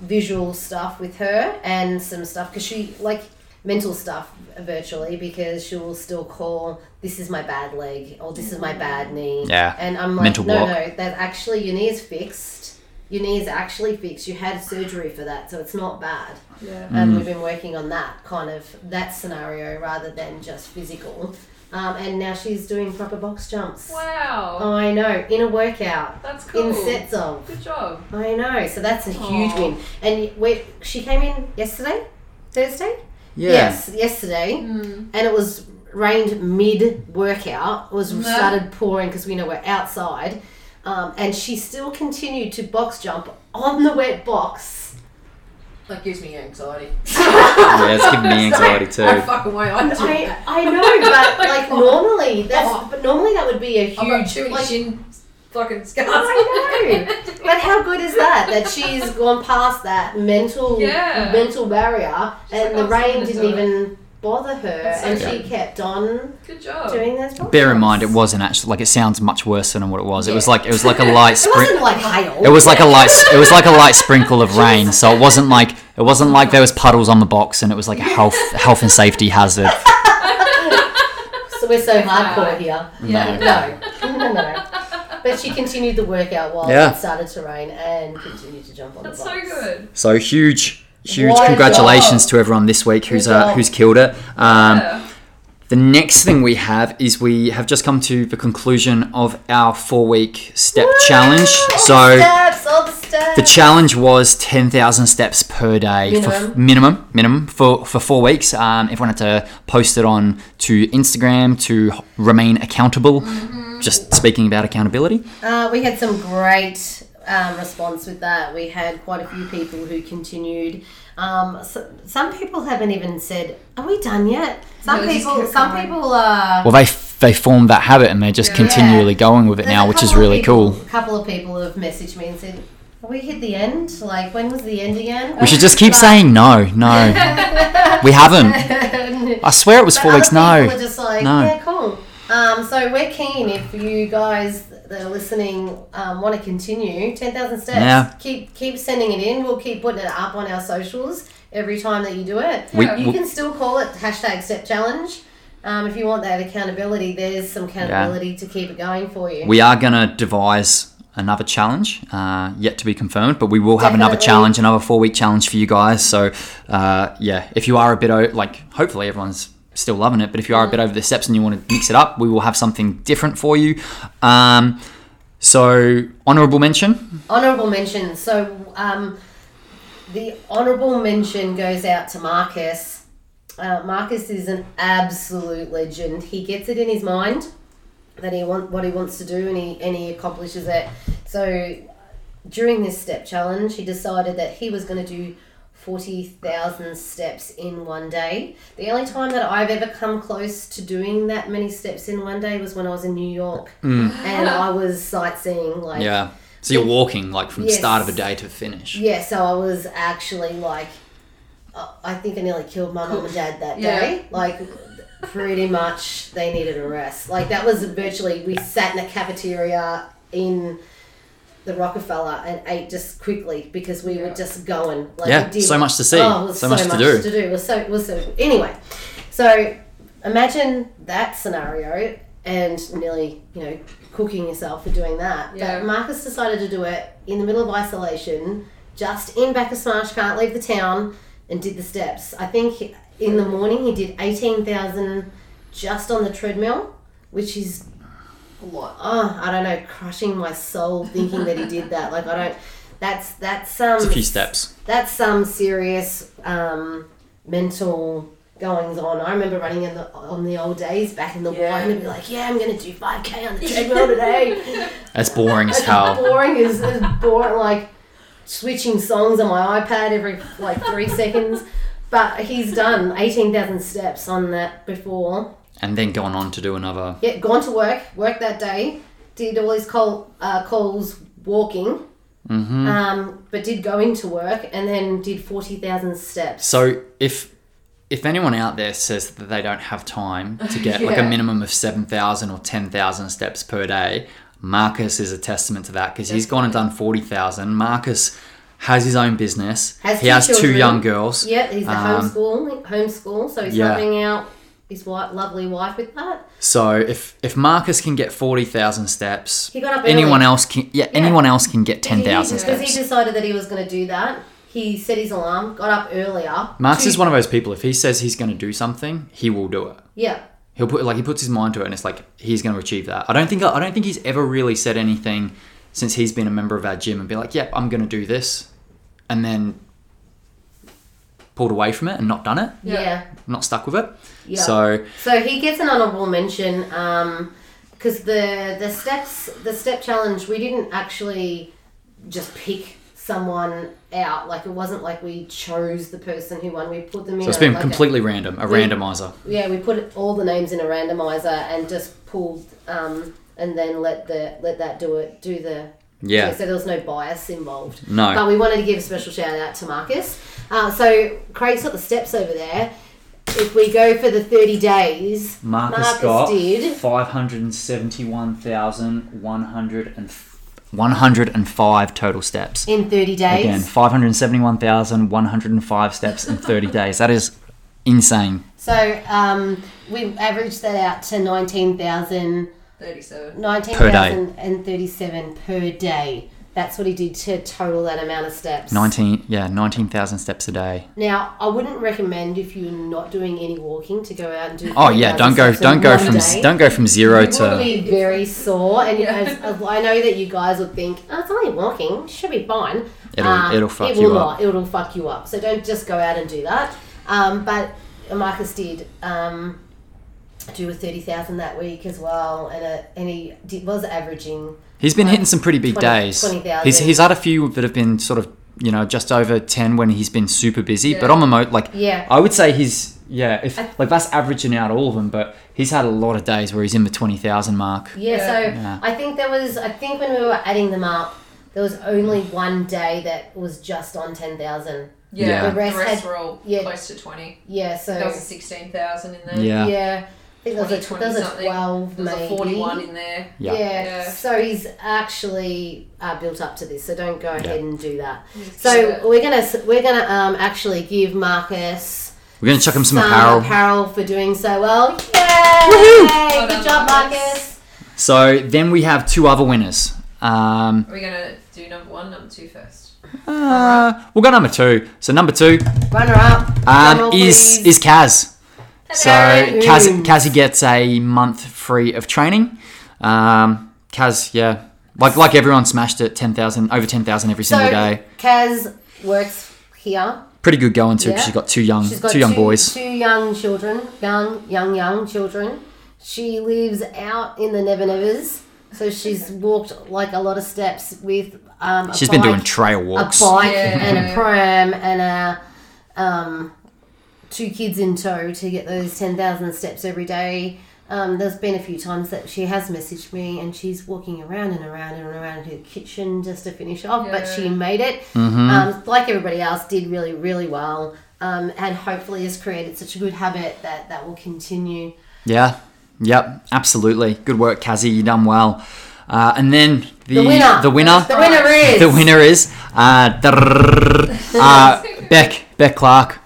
Speaker 2: visual stuff with her and some stuff because she like mental stuff virtually because she will still call this is my bad leg or this is my bad knee.
Speaker 1: Mm. Yeah,
Speaker 2: And I'm like,
Speaker 1: mental
Speaker 2: no,
Speaker 1: block.
Speaker 2: no, that actually your knee is fixed. Your knee is actually fixed. You had surgery for that, so it's not bad.
Speaker 3: Yeah.
Speaker 1: Mm.
Speaker 2: And we've been working on that kind of that scenario rather than just physical. Um, and now she's doing proper box jumps.
Speaker 3: Wow.
Speaker 2: I know, in a workout,
Speaker 3: That's cool.
Speaker 2: Um, in sets of.
Speaker 3: Good job.
Speaker 2: I know, so that's a huge
Speaker 3: Aw.
Speaker 2: win. And we, she came in yesterday, Thursday.
Speaker 1: Yeah.
Speaker 2: Yes, yesterday, and it was rained mid workout. It was
Speaker 3: Mm-hmm.
Speaker 2: started pouring because we know we're outside, um, and she still continued to box jump on the wet box.
Speaker 3: That gives me anxiety.
Speaker 1: yeah, it's giving me anxiety
Speaker 3: I
Speaker 1: too.
Speaker 3: fucking way I do
Speaker 2: I,
Speaker 3: that.
Speaker 2: I know, but like normally that's but normally that would be a
Speaker 3: I've got
Speaker 2: huge
Speaker 3: too many
Speaker 2: like,
Speaker 3: shin fucking scars. Oh
Speaker 2: I know. But how good is that? That she's gone past that mental
Speaker 3: Yeah.
Speaker 2: mental barrier,
Speaker 3: She's
Speaker 2: and
Speaker 3: like,
Speaker 2: the
Speaker 3: "I'm just
Speaker 2: rain
Speaker 3: gonna
Speaker 2: didn't
Speaker 3: do it."
Speaker 2: even bother her,
Speaker 3: That's so
Speaker 2: and
Speaker 3: good. Oh.
Speaker 2: she kept on
Speaker 3: Good job.
Speaker 2: doing those. Podcasts.
Speaker 1: Bear in mind, it wasn't actually like it sounds much worse than what it was. It was
Speaker 2: Yeah.
Speaker 1: like it was like a light
Speaker 2: It
Speaker 1: sprint.
Speaker 2: wasn't like hail.
Speaker 1: It was like a light. It was like a light sprinkle of rain. So it wasn't like it wasn't like there was puddles on the box, and it was like a health health and safety hazard.
Speaker 2: So we're so hardcore here.
Speaker 1: Yeah.
Speaker 2: No, no, no. But she continued the workout while
Speaker 1: Yeah.
Speaker 2: it started to rain and continued to jump on
Speaker 3: That's
Speaker 2: the box.
Speaker 3: so good.
Speaker 1: So huge, huge
Speaker 2: What a
Speaker 1: congratulations to everyone this week who's
Speaker 2: Good
Speaker 1: uh,
Speaker 2: job.
Speaker 1: who's killed it. Um,
Speaker 3: yeah.
Speaker 1: The next thing we have is we have just come to the conclusion of our four week step challenge.
Speaker 2: All the
Speaker 1: So
Speaker 2: steps, all the steps.
Speaker 1: the challenge was 10,000 steps per day for f-
Speaker 2: Minimum.
Speaker 1: minimum, minimum for, for four weeks. Um, everyone had to post it on to Instagram to h- remain accountable.
Speaker 2: Mm-hmm.
Speaker 1: Just speaking about accountability.
Speaker 2: Uh, we had some great um, response with that. We had quite a few people who continued. Um, so, some people haven't even said, "Are we done yet?" Some
Speaker 3: No, they just
Speaker 2: people,
Speaker 3: kept
Speaker 2: some
Speaker 3: going.
Speaker 2: people uh, are.
Speaker 1: Well, they, f- they formed that habit and they're just continually going with it
Speaker 2: There's
Speaker 1: now,
Speaker 2: a
Speaker 1: which is
Speaker 2: couple of
Speaker 1: really
Speaker 2: people-
Speaker 1: cool.
Speaker 2: A couple of people have messaged me and said, "Have we hit the end? Like, when was the end again?"
Speaker 1: We should just keep saying no, no. we haven't.
Speaker 2: saying.
Speaker 1: I swear it was four weeks. No.
Speaker 2: People are just like,
Speaker 1: No.
Speaker 2: yeah, cool. Um, so we're keen if you guys that are listening um, want to continue ten thousand steps.
Speaker 1: Yeah.
Speaker 2: Keep keep sending it in. We'll keep putting it up on our socials every time that you do it.
Speaker 1: We-
Speaker 2: you
Speaker 1: we-
Speaker 2: can still call it hashtag step challenge. Um, if you want that accountability, there's some accountability to keep it going for you.
Speaker 1: We are going to devise another challenge, uh, yet to be confirmed, but we will have another
Speaker 2: Definitely.
Speaker 1: challenge, another four week challenge for you guys. So, uh, yeah, if you are a bit, o- like, hopefully everyone's still loving it, but if you are a bit
Speaker 2: Mm.
Speaker 1: over the steps and you want to mix it up, we will have something different for you. Um, so, honorable mention.
Speaker 2: Honourable mention. So um, the honourable mention goes out to Marcus. Uh, Marcus is an absolute legend. He gets it in his mind that he want what he wants to do, and he and he accomplishes it. So during this step challenge, he decided that he was going to do 40,000 steps in one day. The only time that I've ever come close to doing that many steps in one day was when I was in New York and I was sightseeing. Like,
Speaker 1: Yeah. So you're walking like from
Speaker 2: Yes.
Speaker 1: start of a day to finish.
Speaker 2: Yeah, so I was actually like, uh, I think I nearly killed my mum and dad that
Speaker 3: Yeah.
Speaker 2: day. Like, pretty much they needed a rest. Like, that was virtually, we sat in a cafeteria in the Rockefeller and ate just quickly because we
Speaker 3: Yeah.
Speaker 2: were just going. Like,
Speaker 1: Yeah,
Speaker 2: we did-
Speaker 1: so much to see,
Speaker 2: Oh, it was
Speaker 1: so much to do.
Speaker 2: It was so, it was so, anyway, so imagine that scenario and nearly, you know, cooking yourself for doing that.
Speaker 3: Yeah.
Speaker 2: But Marcus decided to do it in the middle of isolation, just in back of Smash, can't leave the town, and did the steps. I think he- in the morning he did 18,000 just on the treadmill, which is,
Speaker 3: A lot.
Speaker 2: oh, I don't know, crushing my soul thinking that he did that. Like, I don't. That's that's um
Speaker 1: It's a few steps.
Speaker 2: that's some serious um, mental goings on. I remember running in the, on the old days back in the
Speaker 3: Yeah.
Speaker 2: wine and be like, yeah, I'm going to do 5K on the treadmill today.
Speaker 1: That's boring as
Speaker 2: It's
Speaker 1: hell.
Speaker 2: boring as, as boring, like switching songs on my iPad every like three seconds. But he's done 18,000 steps on that before
Speaker 1: And then going on to do another.
Speaker 2: yeah, gone to work, worked that day, did all his call, uh, calls walking, um, but did go into work and then did 40,000 steps.
Speaker 1: So if if anyone out there says that they don't have time to get like a
Speaker 2: Yeah.
Speaker 1: minimum of seven thousand or ten thousand steps per day, Marcus is a testament to that because he's gone and done forty thousand. Marcus has his own business.
Speaker 2: Has
Speaker 1: he
Speaker 2: two
Speaker 1: has two
Speaker 2: children.
Speaker 1: young girls.
Speaker 2: Yeah, he's a
Speaker 1: Um,
Speaker 2: homeschool, homeschool, so he's
Speaker 1: yeah.
Speaker 2: helping out his wife, lovely wife with that.
Speaker 1: So if if Marcus can get forty thousand steps,
Speaker 2: He got up
Speaker 1: anyone
Speaker 2: early.
Speaker 1: else can yeah, anyone else can get ten thousand
Speaker 2: Because
Speaker 1: steps.
Speaker 2: he decided that he was going to do that. He set his alarm, got up earlier.
Speaker 1: Marcus
Speaker 2: Two-
Speaker 1: is one of those people. If he says he's going to do something, he will do it.
Speaker 2: Yeah.
Speaker 1: He'll put like he puts his mind to it, and it's like he's going to achieve that. I don't think I don't think he's ever really said anything since he's been a member of our gym and be like, "Yep, I'm going to do this," and then pulled away from it and not done it,
Speaker 3: Yeah.
Speaker 2: Yeah. yeah.
Speaker 1: not stuck with it. So
Speaker 2: So he gets an honourable mention because the the steps the step challenge we didn't actually just pick someone out like it wasn't like we chose the person who won we put them in
Speaker 1: so it's
Speaker 2: a-
Speaker 1: been
Speaker 2: like a-
Speaker 1: completely random, a randomizer.
Speaker 2: yeah we put all the names in a randomizer and just pulled um, and then let the let that do it do the
Speaker 1: Yeah,
Speaker 2: so there was no bias involved but
Speaker 1: no,
Speaker 2: we wanted to give a special shout out to Marcus. Uh, so Craig's got the steps over there. If we go for the 30 days,
Speaker 1: Marcus, got
Speaker 2: did.
Speaker 1: five hundred and seventy-one thousand one hundred and one hundred and five total steps.
Speaker 2: In 30 days.
Speaker 1: Again, 571,105 steps in 30 days. That is insane.
Speaker 2: So um, we averaged that out to 19,000
Speaker 3: Thirty-seven.
Speaker 2: 19,037 per, day. That's what he did to total that amount of steps.
Speaker 1: 19, yeah, 19,000 steps a day.
Speaker 2: Now, I wouldn't recommend if you're not doing any walking to go out and do.
Speaker 1: Oh yeah,
Speaker 2: 3,000
Speaker 1: don't go,
Speaker 2: steps in
Speaker 1: don't go
Speaker 2: one
Speaker 1: from,
Speaker 2: day.
Speaker 1: don't go from zero
Speaker 2: You will
Speaker 1: to.
Speaker 2: be very sore, and
Speaker 3: Yeah.
Speaker 2: as, as I know that you guys would think, oh, it's only walking, should be fine. Um,
Speaker 1: It'll- it'll fuck
Speaker 2: it
Speaker 1: you
Speaker 2: will
Speaker 1: up.
Speaker 2: Not, it'll fuck you up. So don't just go out and do that. Um, but Marcus did um, do a thirty thousand that week as well, and a, and he did, was averaging.
Speaker 1: He's been hitting some pretty big
Speaker 2: 20
Speaker 1: days.
Speaker 2: 20,000.
Speaker 1: he's he's had a few that have been sort of you know just over 10 when he's been super busy. But
Speaker 3: Yeah.
Speaker 1: on the mo, like
Speaker 2: Yeah.
Speaker 1: I would say he's yeah if
Speaker 2: I-
Speaker 1: like that's averaging out all of them. But he's had a lot of days where he's in the 20,000 mark.
Speaker 2: Yeah,
Speaker 3: Yeah.
Speaker 2: so
Speaker 1: Yeah.
Speaker 2: I think there was. I think when we were adding them up, there was only one day that was just on ten thousand.
Speaker 3: Yeah.
Speaker 1: Yeah.
Speaker 3: The rest, were all
Speaker 2: yeah.
Speaker 3: close to twenty.
Speaker 2: Yeah, so
Speaker 3: There was a sixteen thousand in there.
Speaker 1: Yeah.
Speaker 2: yeah, I think there was a,
Speaker 3: 20,
Speaker 2: there was a
Speaker 3: 20
Speaker 2: twelve,
Speaker 3: There was a
Speaker 2: maybe.
Speaker 3: forty-one in there.
Speaker 1: Yeah.
Speaker 2: Yeah.
Speaker 3: Yeah.
Speaker 2: So he's actually uh, built up to this. So don't go ahead and do that. So
Speaker 3: Yeah.
Speaker 2: we're gonna s- we're gonna um, actually give Marcus
Speaker 1: We're gonna chuck him some apparel.
Speaker 2: for doing so well. Yay! Good
Speaker 3: done,
Speaker 2: job,
Speaker 3: Marcus.
Speaker 2: Marcus.
Speaker 1: So then we have two other winners. Um,
Speaker 3: Are we gonna do number one, number two first?
Speaker 1: uh, we'll go number two. So number two
Speaker 2: Runner up. drum
Speaker 1: um,
Speaker 2: roll,
Speaker 1: is
Speaker 2: please.
Speaker 1: is Kaz. So Kaz,
Speaker 2: Hello.
Speaker 1: Kaz gets a month free of training. Um, Kaz, yeah, like like everyone smashed it ten thousand over ten thousand every
Speaker 2: so
Speaker 1: single day.
Speaker 2: Kaz works here.
Speaker 1: Pretty good going too. 'cause
Speaker 2: Yeah.
Speaker 1: She's got two young
Speaker 2: She's got
Speaker 1: Mm, two young boys.
Speaker 2: two young children, young young young children. She lives out in the Never Nevers, so she's walked like a lot of steps with. Um, a
Speaker 1: She's been
Speaker 2: bike.
Speaker 1: doing trail
Speaker 2: a
Speaker 1: walks.
Speaker 2: bike
Speaker 3: Yeah.
Speaker 2: and a pram and a um, two kids in tow to get those 10,000 steps every day. Um, there's been a few times that she has messaged me and she's walking around and around and around her kitchen just to finish off, but she
Speaker 3: Yeah.
Speaker 2: made it.
Speaker 1: Mm-hmm.
Speaker 2: Um, like everybody else, did really, really well um, and hopefully has created such a good habit that that will continue.
Speaker 1: Yeah. Yep. Absolutely. Good work, Kazzy. You done well. Uh, and then the,
Speaker 2: The winner.
Speaker 1: The winner.
Speaker 2: The winner is.
Speaker 1: The winner is uh, drrrr, uh, Beck. Beck Clark.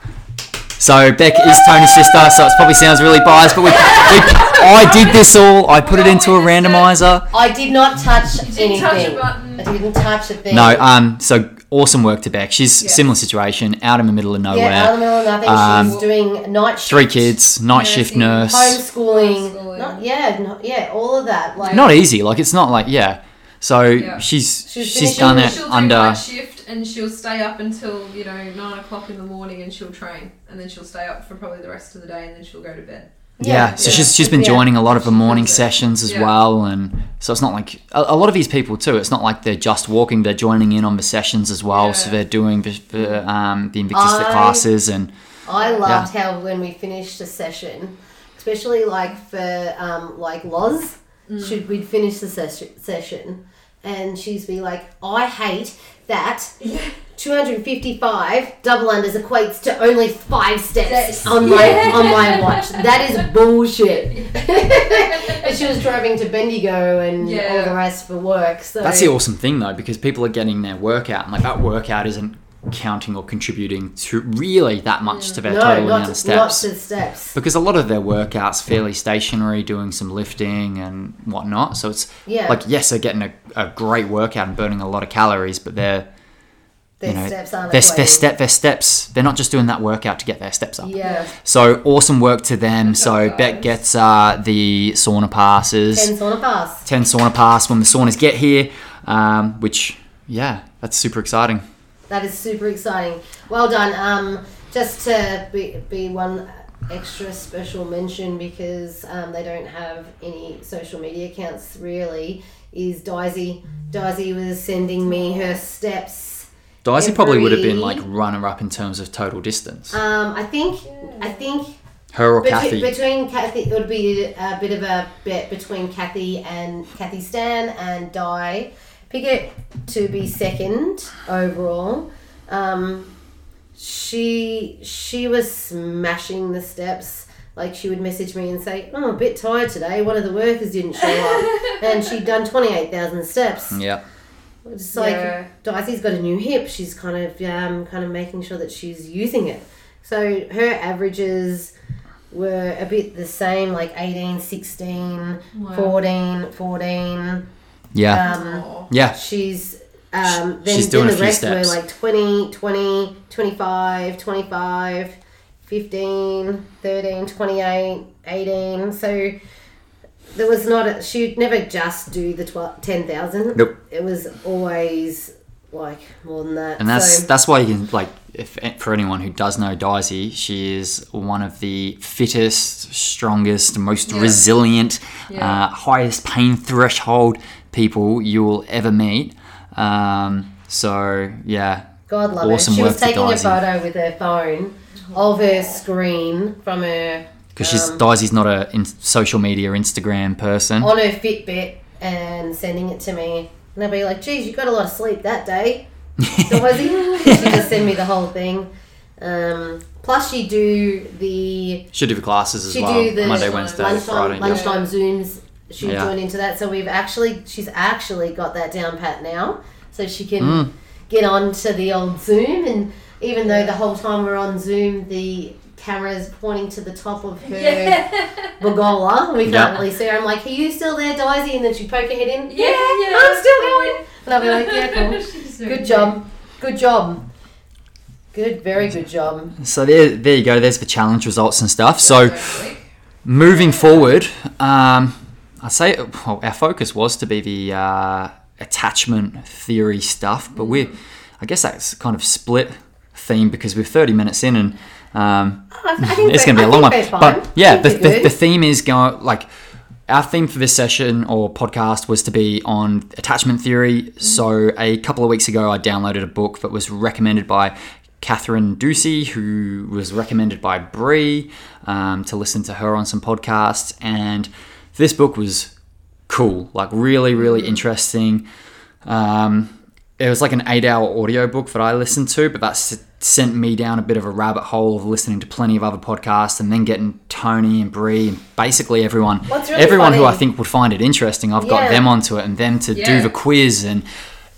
Speaker 1: So Beck is Tony's sister. So it probably sounds really biased, but we, we I did this all. I put it into a randomizer.
Speaker 2: I did not touch
Speaker 3: didn't
Speaker 2: anything.
Speaker 3: touch a button.
Speaker 2: I didn't touch a thing.
Speaker 1: No. Um. So awesome work to Beck. She's
Speaker 3: Yeah.
Speaker 1: similar situation. Out in the middle of nowhere.
Speaker 2: yeah, out of the middle of nothing.
Speaker 1: Um,
Speaker 2: she was doing night shift,
Speaker 1: Three kids. Night shift
Speaker 3: Nursing.
Speaker 1: nurse.
Speaker 2: homeschooling.
Speaker 3: Homeschooling.
Speaker 2: Not, yeah, not, yeah, all of that. Like
Speaker 1: Not e-, easy. Like it's not like yeah. So she's
Speaker 2: She's
Speaker 1: she's
Speaker 2: finishing-
Speaker 1: done
Speaker 3: She'll-
Speaker 1: it
Speaker 3: she'll do
Speaker 1: under
Speaker 3: night shift and she'll stay up until you know nine o'clock in the morning and she'll train and then she'll stay up for probably the rest of the day and then she'll go to bed.
Speaker 1: Yeah,
Speaker 2: Yeah,
Speaker 1: so
Speaker 3: yeah.
Speaker 1: she's she's been
Speaker 2: Yeah.
Speaker 1: joining a lot of the morning
Speaker 3: does it.
Speaker 1: sessions as
Speaker 3: Yeah.
Speaker 1: well, and so it's not like a, a lot of these people too. It's not like they're just walking; they're joining in on the sessions as well. So
Speaker 3: Yeah.
Speaker 1: they're doing the, the, um, the Invictus Fit
Speaker 2: I-
Speaker 1: classes, and
Speaker 2: I loved how when we finished a session, especially like for um, like Loz,
Speaker 3: Mm.
Speaker 2: should we'd finish the session session, and she'd be like, "I hate that." 255 double unders equates to only five steps
Speaker 3: Steps.
Speaker 2: on my
Speaker 3: Yeah.
Speaker 2: on my watch. That is bullshit. and she was driving to Bendigo and all
Speaker 3: Yeah.
Speaker 2: the rest for work. So
Speaker 1: that's the awesome thing though, because people are getting their workout, and like that workout isn't counting or contributing to really that much to their
Speaker 2: no,
Speaker 1: total
Speaker 2: not,
Speaker 1: amount of
Speaker 2: not
Speaker 1: steps.
Speaker 2: to steps.
Speaker 1: because a lot of their workouts fairly stationary, doing some lifting and whatnot. So it's
Speaker 2: Yeah.
Speaker 1: like yes, they're getting a, a great workout and burning a lot of calories, but they're
Speaker 2: Their
Speaker 1: you know,
Speaker 2: steps aren't
Speaker 1: their, their
Speaker 2: equating.
Speaker 1: step, their steps. They're not just doing that workout to get their steps up.
Speaker 2: Yeah.
Speaker 1: So awesome work to them. So
Speaker 3: job,
Speaker 1: Bet
Speaker 3: guys.
Speaker 1: gets uh, the sauna passes,
Speaker 2: Ten
Speaker 1: 10,
Speaker 2: sauna pass.
Speaker 1: sauna pass when the saunas get here, um, which yeah, that's super exciting.
Speaker 2: That is super exciting. Well done. Um, just to be, be one extra special mention because um, they don't have any social media accounts really. Is Daisy? Daisy was sending me her steps.
Speaker 1: Daisy probably would have been
Speaker 2: Every-
Speaker 1: like runner up in terms of total distance.
Speaker 2: Um, I think. I think
Speaker 1: Her or
Speaker 2: between,
Speaker 1: Kathy.
Speaker 2: between Kathy, it would be a bit of a bet between Kathy and Kathy Stan and Di. Pickett to be second overall. Um, she she was smashing the steps. Like she would message me and say, "Oh, I'm a bit tired today. One of the workers didn't show up, and she'd done twenty eight thousand steps."
Speaker 1: yeah.
Speaker 2: It's like
Speaker 3: Yeah.
Speaker 2: Daisy's got a new hip. She's kind of um, kind of making sure that she's using it. So her averages were a bit the same, like 18, 16,
Speaker 3: Wow.
Speaker 2: 14, 14.
Speaker 1: Yeah.
Speaker 2: Um,
Speaker 3: Aw.
Speaker 1: yeah.
Speaker 2: she's um, then,
Speaker 1: she's doing
Speaker 2: then
Speaker 1: a
Speaker 2: the
Speaker 1: few
Speaker 2: rest
Speaker 1: steps.
Speaker 2: were like 20, 20, 25, 25, 15, 13, 28, 18. So there was not a, she'd never just do the 12, 10,000.
Speaker 1: Nope.
Speaker 2: It was always like more than that.
Speaker 1: And that's
Speaker 2: so,
Speaker 1: that's why you can like if for anyone who does know Daisy, she is one of the fittest, strongest, most
Speaker 3: Yeah.
Speaker 1: resilient,
Speaker 3: Yeah.
Speaker 1: uh, highest pain threshold people you will ever meet. Um, so yeah,
Speaker 2: God love
Speaker 1: awesome
Speaker 2: her. She
Speaker 1: work
Speaker 2: was
Speaker 1: to
Speaker 2: taking a
Speaker 1: Daisy.
Speaker 2: photo with her phone of her screen from her
Speaker 1: because she's
Speaker 2: Um,
Speaker 1: Daisy's not a in, social media Instagram person.
Speaker 2: on her Fitbit and sending it to me. And I'd be like, geez, you got a lot of sleep that day. So was he? she just send me the whole thing. Um, plus, she do the
Speaker 1: she do the classes as
Speaker 2: she
Speaker 1: well,
Speaker 2: do the
Speaker 1: Monday,
Speaker 3: lunchtime-
Speaker 1: Wednesday, Friday.
Speaker 2: lunchtime,
Speaker 1: yeah.
Speaker 2: lunchtime zooms. She
Speaker 1: Yeah.
Speaker 2: joined into that, so we've actually she's actually got that down pat now, so she can
Speaker 1: Hmm.
Speaker 2: get on to the old Zoom. And even though the whole time we're on Zoom, the camera's pointing to the top of her
Speaker 3: Yeah.
Speaker 2: Bogola. We can't
Speaker 1: Yeah.
Speaker 2: really see her. I'm like, are you still there, Daisy? And then she'd poke her head in.
Speaker 3: Yeah, yeah.
Speaker 2: I'm still going. And I'll be like, yeah, cool.
Speaker 3: She's doing
Speaker 2: Good job. Good job. Good, very good job.
Speaker 1: So there, there you go. There's the challenge results and stuff. So.
Speaker 3: great. Totally.
Speaker 1: Moving forward, um, I'd say well, our focus was to be the uh, attachment theory stuff, but we're, I guess that's kind of split theme because we're 30 minutes in and um,
Speaker 2: I, I think
Speaker 1: it's
Speaker 2: we're-
Speaker 1: going to be a
Speaker 2: I
Speaker 1: long one.
Speaker 2: think we're fine.
Speaker 1: But yeah,
Speaker 2: I
Speaker 1: the,
Speaker 2: think
Speaker 1: the,
Speaker 2: we're
Speaker 1: the
Speaker 2: good.
Speaker 1: theme is going like our theme for this session or podcast was to be
Speaker 2: Mm-hmm.
Speaker 1: on attachment theory. So a couple of weeks ago, I downloaded a book that was recommended by Catherine Ducey, who was recommended by Brie um, to listen to her on some podcasts. And this book was cool, like really, really
Speaker 2: Mm-hmm.
Speaker 1: interesting. Um, it was like an eight hour audiobook that I listened to, but that s- sent me down a bit of a rabbit hole of listening to plenty of other podcasts and then getting Tony and Brie and basically everyone,
Speaker 2: What's really
Speaker 1: everyone who I
Speaker 2: funny-
Speaker 1: think would find it interesting. I've
Speaker 2: Yeah.
Speaker 1: got them onto it and them to do
Speaker 3: Yeah.
Speaker 1: the quiz and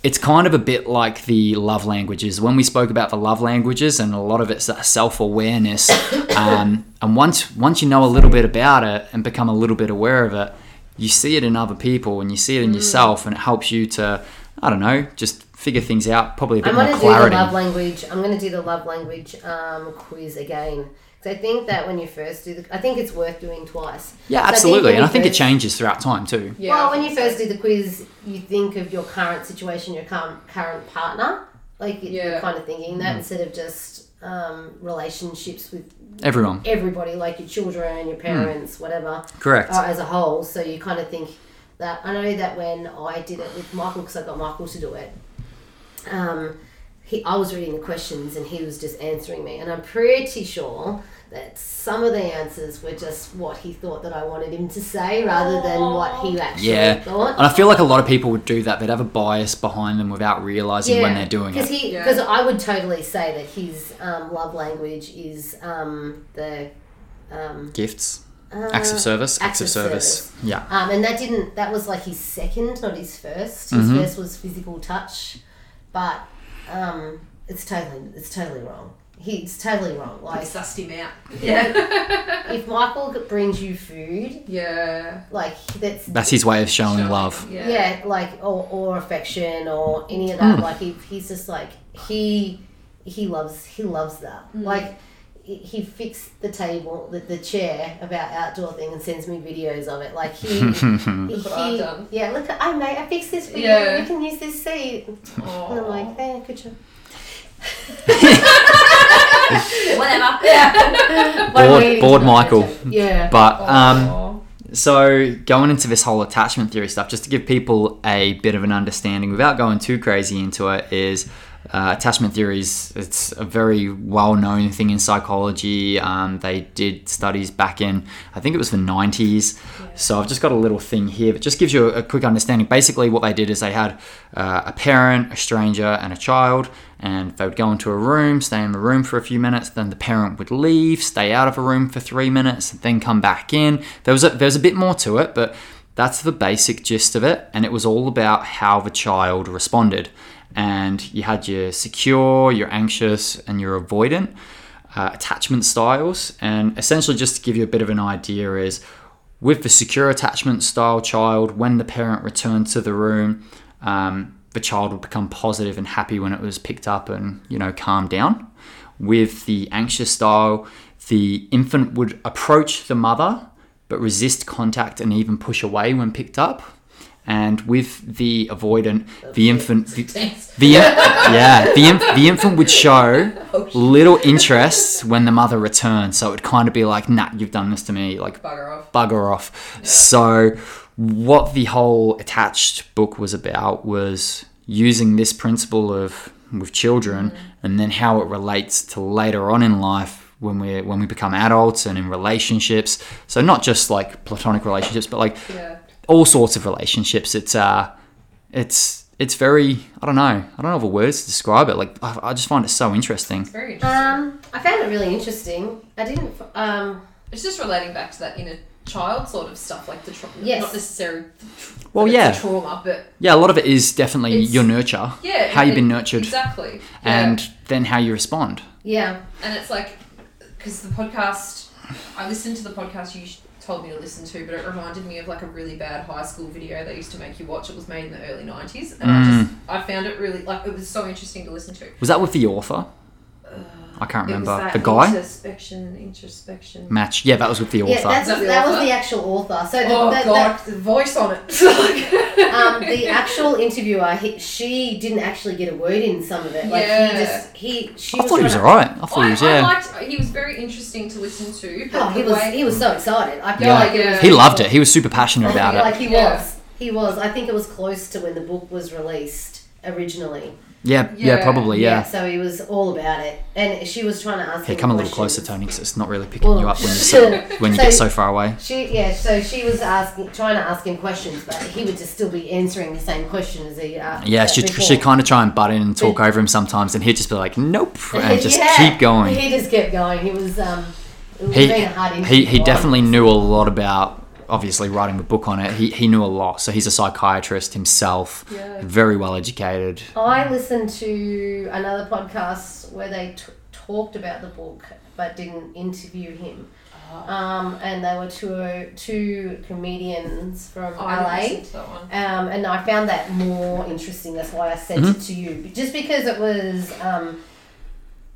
Speaker 1: it's kind of a bit like the love languages when we spoke about the love languages and a lot of it's that self-awareness um, and once once you know a little bit about it and become a little bit aware of it you see it in other people and you see it
Speaker 2: Hmm.
Speaker 1: in yourself and it helps you to i don't know just figure things out probably a bit
Speaker 2: I'm
Speaker 1: more
Speaker 2: gonna do the
Speaker 1: clarity
Speaker 2: love language. I'm gonna do the love language um, quiz again. Because I think that when you first do the, I think it's worth doing twice.
Speaker 1: yeah
Speaker 2: So I think
Speaker 1: absolutely and
Speaker 2: when you
Speaker 1: i think it
Speaker 2: first-
Speaker 1: changes throughout time too
Speaker 3: Yeah.
Speaker 2: Well, when you first do the quiz, you think of your current situation, your current current partner. Like you- you're
Speaker 3: Yeah.
Speaker 2: kind of thinking that instead of just um, relationships with
Speaker 1: everyone
Speaker 2: everybody, like your children,
Speaker 1: Hmm.
Speaker 2: your parents, whatever,
Speaker 1: correct
Speaker 2: uh, as a whole. So you kind of think that. I know that when I did it with Michael, because I got Michael to do it, um, he, I was reading the questions and he was just answering me. And I'm pretty sure that some of the answers were just what he thought that I wanted him to say rather than what he actually
Speaker 1: Yeah.
Speaker 2: thought.
Speaker 1: and i feel like a lot of people would do that they'd have a bias behind them without realizing when they're doing
Speaker 2: Because
Speaker 1: it
Speaker 2: he,
Speaker 3: Yeah.
Speaker 2: because I would totally say that his um, love language is um, the um,
Speaker 1: gifts
Speaker 2: uh,
Speaker 1: acts of service acts,
Speaker 2: acts
Speaker 1: of
Speaker 2: of
Speaker 1: service,
Speaker 2: service.
Speaker 1: yeah
Speaker 2: Um, and that didn't. That was like his second, not his first. His
Speaker 1: Mhm.
Speaker 2: first was physical touch, but um, it's totally it's totally wrong. He's totally wrong. Like
Speaker 3: sussed him out. Yeah.
Speaker 2: if Michael brings you food,
Speaker 3: yeah.
Speaker 2: like that's
Speaker 1: that's his way of showing
Speaker 3: Showing,
Speaker 1: love
Speaker 2: yeah. like or, or affection or any of that.
Speaker 1: Mm.
Speaker 2: Like if he's just like he he loves he loves that. Like he- he fixed the table, the, the chair about outdoor thing, and sends me videos of it. Like he.
Speaker 1: Mm.
Speaker 3: Look what I've
Speaker 2: He-
Speaker 3: done.
Speaker 2: Yeah, look, I made, I fixed this for
Speaker 3: Yeah.
Speaker 2: you. You can use this seat. And I'm like,
Speaker 3: Aw.
Speaker 2: there, good job.
Speaker 3: Whatever. Yeah.
Speaker 1: Bored-
Speaker 2: Wait,
Speaker 1: bored
Speaker 2: no,
Speaker 1: Michael.
Speaker 2: good job. Yeah.
Speaker 1: But um,
Speaker 3: Aw.
Speaker 1: so going into this whole attachment theory stuff, just to give people a bit of an understanding without going too crazy into it, is uh, attachment theories. It's a very well-known thing in psychology. Um, they did studies back in, I think it was the '90s. So I've just got a little thing here, but just gives you a, a quick understanding. Basically, what they did is they had uh, a parent, a stranger, and a child, and they would go into a room, stay in the room for a few minutes. Then the parent would leave, stay out of a room for three minutes, and then come back in. There was a, there was a bit more to it, but that's the basic gist of it. And it was all about how the child responded. And you had your secure, your anxious, and your avoidant uh, attachment styles. And essentially, just to give you a bit of an idea, is with the secure attachment style child, when the parent returned to the room, um, the child would become positive and happy when it was picked up and you know calmed down. With the anxious style, the infant would approach the mother but resist contact and even push away when picked up. And with the avoidant, the infant, the, the yeah, the inf- the infant would show little interest when the mother returned. So it would kind of be like, "Nah, you've done this to me. Like,
Speaker 3: Bugger off.
Speaker 1: bugger off. So, what the whole attached book was about was using this principle of with
Speaker 3: Mm.
Speaker 1: children, and then how it relates to later on in life when we when we become adults and in relationships. So not just like platonic relationships, but like
Speaker 3: Yeah.
Speaker 1: all sorts of relationships. It's uh, it's it's very I don't know I don't know the words to describe it. Like I, I just find it so interesting.
Speaker 3: Very interesting.
Speaker 2: Um, I found it really interesting. I didn't. f- Um,
Speaker 3: it's just relating back to that inner child sort of stuff, like the trauma.
Speaker 2: Yes.
Speaker 3: Not necessarily. The tra-
Speaker 1: Well,
Speaker 3: that it's
Speaker 1: yeah.
Speaker 3: a trauma, but
Speaker 1: Yeah, a lot of it is definitely
Speaker 3: It's-
Speaker 1: your nurture,
Speaker 3: yeah.
Speaker 1: how you've been
Speaker 3: it-
Speaker 1: nurtured,
Speaker 3: Exactly. Yeah.
Speaker 1: and then how you respond.
Speaker 2: yeah.
Speaker 3: and it's like because the podcast i listened to the podcast you sh- told me to listen to but it reminded me of like a really bad high school video they used to make you watch it was made in the early 90s and i
Speaker 1: Mm.
Speaker 3: just i found it really like it was so interesting to listen to
Speaker 1: Was that with the author? I can't
Speaker 3: It was
Speaker 1: remember.
Speaker 3: that
Speaker 1: The guy?
Speaker 3: introspection introspection
Speaker 1: Match. Yeah, that was with the author.
Speaker 2: Yeah, that's,
Speaker 3: Is that the
Speaker 2: that was
Speaker 3: author?
Speaker 2: the actual author. So the,
Speaker 3: oh
Speaker 2: the, the-
Speaker 3: god the voice on it
Speaker 2: um, the actual interviewer, he, she didn't actually get a word in some of it. Like
Speaker 3: Yeah.
Speaker 2: he just he she
Speaker 1: I
Speaker 2: was
Speaker 1: thought he was
Speaker 2: trying to-
Speaker 1: alright. I thought
Speaker 3: I,
Speaker 1: he was,
Speaker 3: I
Speaker 1: yeah.
Speaker 3: liked he was very interesting to listen to but
Speaker 2: Oh, he
Speaker 3: the
Speaker 2: was
Speaker 3: way-
Speaker 2: he was so excited. I feel
Speaker 3: Yeah.
Speaker 2: like it
Speaker 3: Yeah.
Speaker 2: was,
Speaker 1: He loved it. He was super passionate
Speaker 2: I
Speaker 1: about
Speaker 2: feel
Speaker 1: it.
Speaker 2: Like he
Speaker 3: Yeah.
Speaker 2: was, he was. I think it was close to when the book was released originally.
Speaker 1: Yeah, yeah,
Speaker 3: Yeah,
Speaker 1: probably, yeah.
Speaker 2: So he was all about it, and she was trying to ask.
Speaker 1: Hey,
Speaker 2: him
Speaker 1: come a little closer,
Speaker 2: questions.
Speaker 1: Tony, because it's not really picking you up when you
Speaker 2: sure.
Speaker 1: sit, when you
Speaker 2: So-
Speaker 1: get so far away.
Speaker 2: She yeah, so she was asking, trying to ask him questions, but he would just still be answering the same question as he asked.
Speaker 1: Yeah,
Speaker 2: her
Speaker 1: she
Speaker 2: before.
Speaker 1: she kind of try and butt in and talk
Speaker 2: But-
Speaker 1: over him sometimes, and he'd just be like, "Nope," and just
Speaker 2: Yeah.
Speaker 1: keep going.
Speaker 2: He just kept going. He was um, it was
Speaker 1: he
Speaker 2: being a hard
Speaker 1: he,
Speaker 2: interview
Speaker 1: he
Speaker 2: for him.
Speaker 1: definitely knew a lot about obviously writing a book on it he, he knew a lot so he's a psychiatrist himself
Speaker 3: Yeah.
Speaker 1: very well educated
Speaker 2: I listened to another podcast where they t- talked about the book but didn't interview him.
Speaker 3: Oh.
Speaker 2: Um, and they were two two comedians from
Speaker 3: Oh, I
Speaker 2: LA.
Speaker 3: didn't listen to that one.
Speaker 2: Um, and I found that more interesting. That's why I sent it to you, just because it was um,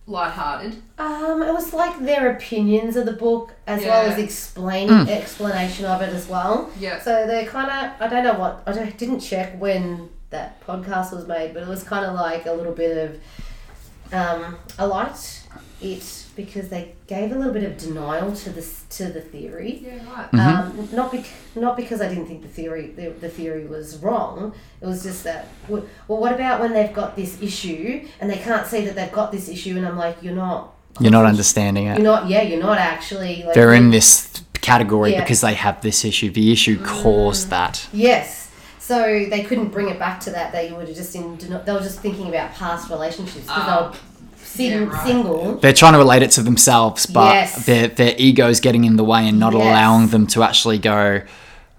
Speaker 3: Lighthearted.
Speaker 2: um, it was like their opinions of the book as well
Speaker 3: Yeah.
Speaker 2: as explain explanation of it as well.
Speaker 3: Yeah.
Speaker 2: So they kind of I don't know what I don't- didn't check when that podcast was made, but it was kind of like a little bit of um, I liked it because they gave a little bit of denial to this to the theory.
Speaker 3: Yeah, right.
Speaker 1: Mm-hmm.
Speaker 2: Um, not bec- not because I didn't think the theory the, the theory was wrong. It was just that. w- Well, what about when they've got this issue and they can't see that they've got this issue? And I'm like, you're not.
Speaker 1: you're not understanding
Speaker 2: You're
Speaker 1: it
Speaker 2: not. Yeah, you're not actually. Like,
Speaker 1: they're in this th- category
Speaker 2: Yeah. Mm.
Speaker 1: because they have this issue the issue caused that
Speaker 2: Yes. So they couldn't bring it back to that. They were just in. They were just thinking about past relationships because
Speaker 3: Ah.
Speaker 2: they were sing,
Speaker 3: Yeah, right.
Speaker 2: single.
Speaker 1: they're trying to relate it to themselves but
Speaker 2: Yes.
Speaker 1: their, their ego's getting in the way and not
Speaker 2: Yes.
Speaker 1: allowing them to actually go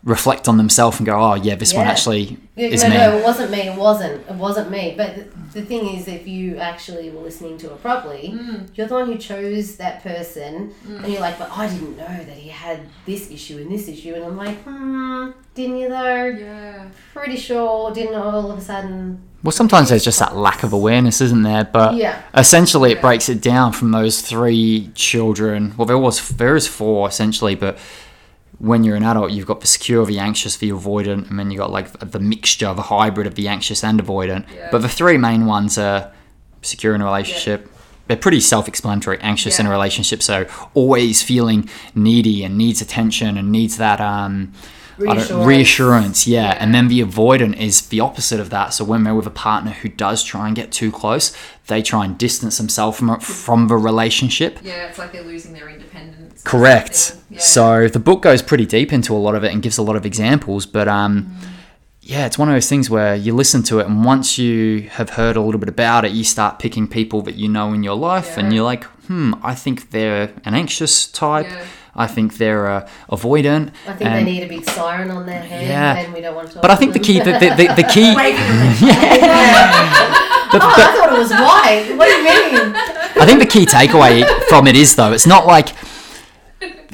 Speaker 1: reflect on themselves and go oh yeah this one
Speaker 2: Yeah.
Speaker 1: actually
Speaker 2: Yeah,
Speaker 1: is
Speaker 2: no,
Speaker 1: me
Speaker 2: no, it wasn't me. It wasn't. It wasn't me. But th- the thing is, if you actually were listening to it properly, you're the one who chose that person, and you're like, "But I didn't know that he had this issue and this issue," and I'm like, "Hmm, didn't you
Speaker 1: Mm.
Speaker 2: though?
Speaker 3: Yeah.
Speaker 2: Pretty sure didn't all of a sudden."
Speaker 1: Well, sometimes there's just that lack of awareness, isn't there? But
Speaker 2: Yeah.
Speaker 1: essentially, it breaks it down from those three children. Well, there was there is four essentially, but when you're an adult, you've got the secure, the anxious, the avoidant, and then you got like the mixture, the hybrid of the anxious and avoidant.
Speaker 3: Yeah.
Speaker 1: But the three main ones are secure in a relationship. They're pretty self-explanatory. Anxious in a
Speaker 3: Yeah.
Speaker 1: relationship, so always feeling needy and needs attention and needs that um, I don't-
Speaker 2: Reassurance.
Speaker 1: reassurance, yeah.
Speaker 3: Yeah.
Speaker 1: And then the avoidant is the opposite of that. So when they're with a partner who does try and get too close, they try and distance themselves from from the relationship.
Speaker 3: Yeah, it's like they're losing their independence.
Speaker 1: Correct.
Speaker 3: Yeah.
Speaker 1: So the book goes pretty deep into a lot of it and gives a lot of examples, but um yeah, it's one of those things where you listen to it and once you have heard a little bit about it, you start picking people that you know in your life and
Speaker 3: Yeah.
Speaker 1: you're like, "Hmm, I think they're an anxious type.
Speaker 3: Yeah.
Speaker 1: I think they're a avoidant."
Speaker 2: I think
Speaker 1: and-
Speaker 2: they need a big siren on their head,
Speaker 1: Yeah.
Speaker 2: and we don't want to.
Speaker 1: but I think the key, the, the, the, the key, The-
Speaker 2: Oh,
Speaker 1: the-
Speaker 2: I thought it was white. What do you mean?
Speaker 1: I think the key takeaway from it is though, it's not like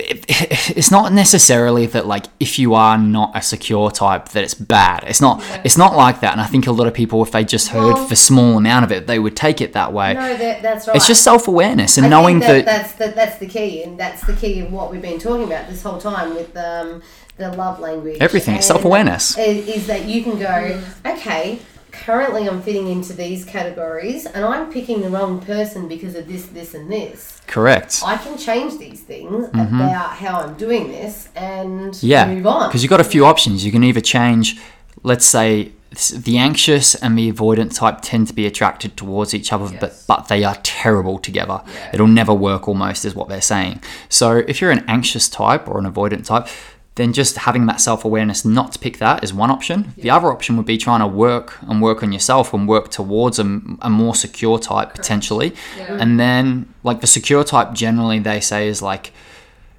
Speaker 1: it's not necessarily that like if you are not a secure type that it's bad. It's not. It's not like that. And I think a lot of people, if they just heard
Speaker 2: Well-
Speaker 1: the small amount of it, they would take it that way.
Speaker 2: No, that, that's right.
Speaker 1: it's just self awareness and
Speaker 2: I
Speaker 1: knowing
Speaker 2: think that,
Speaker 1: that.
Speaker 2: that's the, that's the key, and that's the key of what we've been talking about this whole time with um, the love language.
Speaker 1: Everything,
Speaker 2: and
Speaker 1: self-awareness.
Speaker 2: Is, is that you can go, okay, currently I'm fitting into these categories, and I'm picking the wrong person because of this, this, and this.
Speaker 1: correct.
Speaker 2: I can change these things about how I'm doing this and
Speaker 1: Mm-hmm. yeah
Speaker 2: move on.
Speaker 1: because you've got a few options you can either change let's say s- the anxious and the avoidant type tend to be attracted towards each other but,
Speaker 3: Yes.
Speaker 1: but they are terrible together
Speaker 3: Yeah.
Speaker 1: it'll never work almost is what they're saying so if you're an anxious type or an avoidant type then just having that self-awareness not to pick that is one option the other option would be trying to work and work on yourself and work towards a, m- a more secure type potentially
Speaker 3: Yeah.
Speaker 1: and then like the secure type generally they say is like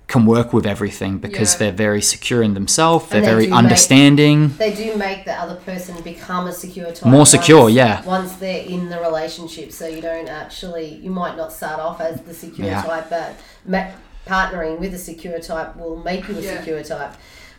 Speaker 1: can work with everything because
Speaker 3: Yeah.
Speaker 1: they're very secure in themselves. They're
Speaker 2: they
Speaker 1: very
Speaker 2: do make-
Speaker 1: understanding.
Speaker 2: they do make the other person become a secure type
Speaker 1: More secure,
Speaker 2: once,
Speaker 1: yeah.
Speaker 2: once they're in the relationship so you don't actually you might not start off as the secure
Speaker 1: Yeah.
Speaker 2: type but ma- partnering with a secure type will make you a
Speaker 3: Yeah.
Speaker 2: secure type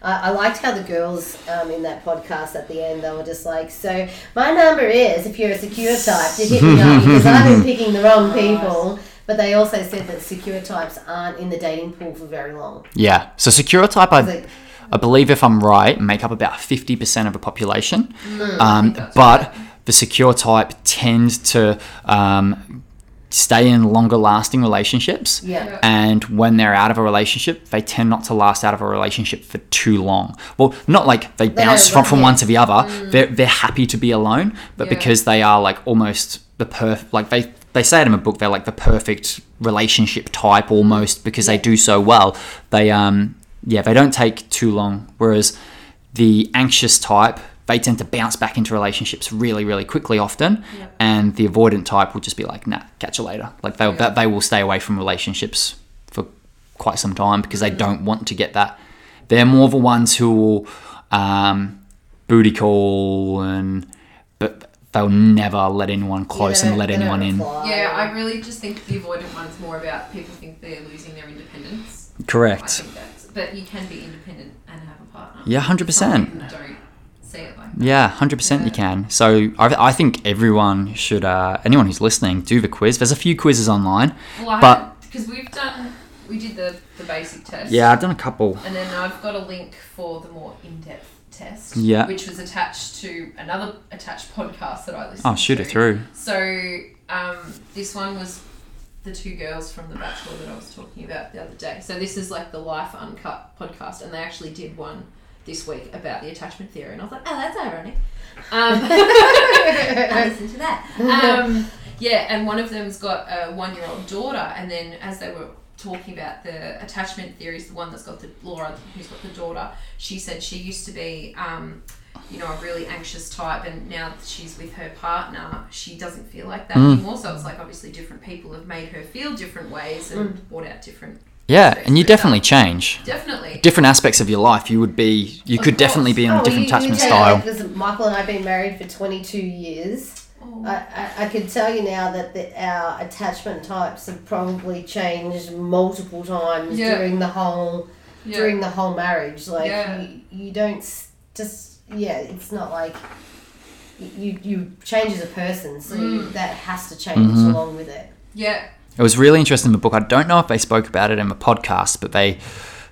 Speaker 2: I I liked how the girls um, in that podcast at the end they were just like, "So my number is if you're a secure type to hit me up because I've been picking the wrong people." But they also said that secure types aren't in the dating pool for very long.
Speaker 1: Yeah. So secure type, I,
Speaker 2: Like-
Speaker 1: I believe if I'm right, make up about fifty percent of the population.
Speaker 3: I think
Speaker 1: Um,
Speaker 3: that's
Speaker 1: but the secure type tend to um, stay in longer lasting relationships.
Speaker 2: Yeah.
Speaker 1: And when they're out of a relationship, they tend not to last out of a relationship for too long. Well, not like they
Speaker 2: They
Speaker 1: bounce
Speaker 2: don't
Speaker 1: from,
Speaker 2: love
Speaker 1: from
Speaker 2: you.
Speaker 1: one to the other. They're, they're happy to be alone, but
Speaker 3: Mm. Yeah.
Speaker 1: because they are like almost the perfect, like they, they say it in a book, they're like the perfect relationship type almost because they do so well. They, um, yeah, they don't take too long. Whereas the anxious type, they tend to bounce back into relationships really, really quickly often.
Speaker 3: Yeah.
Speaker 1: And the avoidant type will just be like, nah, catch you later. Like they,
Speaker 3: Yeah.
Speaker 1: they will stay away from relationships for quite some time because they don't want to get that. They're more the ones who will um, booty call and, but they'll never let anyone close
Speaker 2: Yeah,
Speaker 1: and let
Speaker 2: they don't
Speaker 1: anyone in.
Speaker 2: reply.
Speaker 3: Yeah, I really just think the avoidant one's more about people think they're losing their independence. I
Speaker 1: Correct.
Speaker 3: think that's, but you can be independent and have a partner.
Speaker 1: Yeah, 100%.
Speaker 3: Some people Don't see it like that.
Speaker 1: Yeah, hundred percent. You can. So I, I think everyone should. Uh, anyone who's listening, do the quiz. There's a few quizzes online. But-
Speaker 3: Well, because we've done, we did the, the basic test.
Speaker 1: Yeah, I've done a couple.
Speaker 3: And then I've got a link for the more in depth test.
Speaker 1: Yeah.
Speaker 3: Which was attached to another attached podcast that I listened to.
Speaker 1: Oh, shoot it through.
Speaker 3: So um, this one was the two girls from The Bachelor that I was talking about the other day. So this is like the Life Uncut podcast, and they actually did one this week about the attachment theory, and I was like, oh, that's ironic. Um, I listened to that. Um, yeah, and one of them's got a one-year-old daughter, and then as they were talking about the attachment theories, the one that's got the Laura, who's got the daughter, she said she used to be. Um, you know, a really anxious type, and now that she's with her partner, she doesn't feel like that
Speaker 1: Hmm.
Speaker 3: anymore. So it's like obviously different people have made her feel different ways and brought out different,
Speaker 1: Yeah, and you definitely change.
Speaker 3: definitely.
Speaker 1: Different aspects of your life, you would be. You
Speaker 3: Of
Speaker 1: could
Speaker 3: course.
Speaker 1: definitely be in
Speaker 2: Oh,
Speaker 1: a different
Speaker 2: you- you
Speaker 1: attachment
Speaker 2: take-
Speaker 1: style.
Speaker 2: like, listen, Michael and I have been married for 22 years.
Speaker 3: Oh.
Speaker 2: I, I, I can tell you now that the, our attachment types have probably changed multiple times
Speaker 3: Yeah.
Speaker 2: during the whole
Speaker 3: Yeah.
Speaker 2: during the whole marriage. Like
Speaker 3: Yeah.
Speaker 2: you, you don't s- just yeah. It's not like y- you you change as a person, so
Speaker 3: Mm.
Speaker 2: you, that has to change
Speaker 1: Mm-hmm.
Speaker 2: along with it.
Speaker 3: yeah,
Speaker 1: It was really interesting in the book. I don't know if they spoke about it in the podcast, but they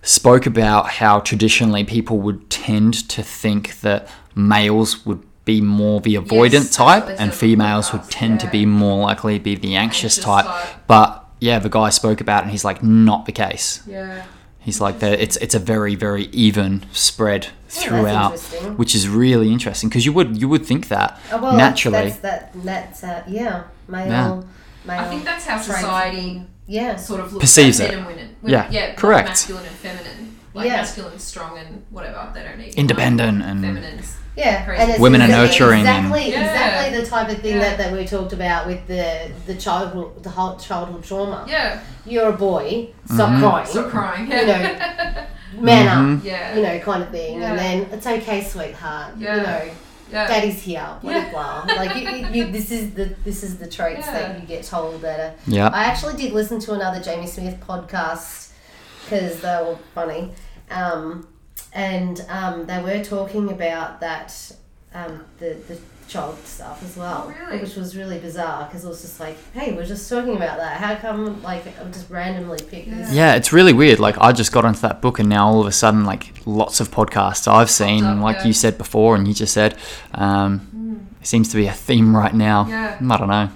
Speaker 1: spoke about how traditionally people would tend to think that males would be more the avoidant
Speaker 3: that's
Speaker 1: type
Speaker 3: what they
Speaker 1: and
Speaker 3: said on the
Speaker 1: females would
Speaker 3: podcast,
Speaker 1: tend to
Speaker 3: yeah.
Speaker 1: be more likely to be the anxious,
Speaker 3: Anxious
Speaker 1: type.
Speaker 3: type.
Speaker 1: But yeah, the guy spoke about it and he's like, not the case.
Speaker 3: yeah.
Speaker 1: He's like that. It's it's a very very even spread
Speaker 2: that's
Speaker 1: throughout,
Speaker 2: interesting.
Speaker 1: which is really interesting because you would you would think that
Speaker 2: Oh, well,
Speaker 1: naturally.
Speaker 2: that's, that's that that's uh, yeah male
Speaker 1: Yeah.
Speaker 2: male.
Speaker 3: I think that's how
Speaker 2: Traits.
Speaker 3: society
Speaker 2: yeah.
Speaker 3: sort of looks
Speaker 1: Perceives
Speaker 3: at
Speaker 1: it.
Speaker 3: men and women.
Speaker 1: Yeah,
Speaker 3: yeah, like
Speaker 1: correct.
Speaker 3: masculine and feminine. Like
Speaker 2: Yeah.
Speaker 3: masculine, strong, and whatever. They don't need
Speaker 1: Independent and-
Speaker 3: feminines.
Speaker 2: Yeah,
Speaker 3: Crazy.
Speaker 1: Women
Speaker 2: are
Speaker 1: are nurturing and-
Speaker 2: Exactly,
Speaker 3: Yeah.
Speaker 2: exactly the type of thing
Speaker 3: Yeah.
Speaker 2: that, that we talked about with the the childhood the whole childhood trauma.
Speaker 3: Yeah,
Speaker 2: You're a boy, stop
Speaker 1: Mm-hmm.
Speaker 2: crying,
Speaker 3: stop crying.
Speaker 2: You know, man up,
Speaker 1: Mm-hmm.
Speaker 3: yeah,
Speaker 2: you know, kind of thing.
Speaker 3: Yeah.
Speaker 2: And then it's okay, sweetheart.
Speaker 3: Yeah.
Speaker 2: You know,
Speaker 3: yeah.
Speaker 2: daddy's here. Blah
Speaker 3: Yeah.
Speaker 2: blah. Like you, you, you, this is the this is the traits
Speaker 3: Yeah.
Speaker 2: that you get told that are
Speaker 1: yeah,
Speaker 2: I actually did listen to another Jamie Smith podcast because they were funny, um, and um, they were talking about that um, the the child stuff as well,
Speaker 3: Oh, really?
Speaker 2: which was really bizarre because it was just like, hey, we we're just talking about that. How come like I just randomly picked this?
Speaker 1: yeah. It's really weird. Like I just got into that book, and now all of a sudden, like lots of podcasts I've seen,
Speaker 3: up,
Speaker 1: and like
Speaker 3: yeah.
Speaker 1: you said before, and you just said,
Speaker 3: Mm.
Speaker 1: um, it seems to be a theme right now.
Speaker 3: Yeah.
Speaker 1: I don't know.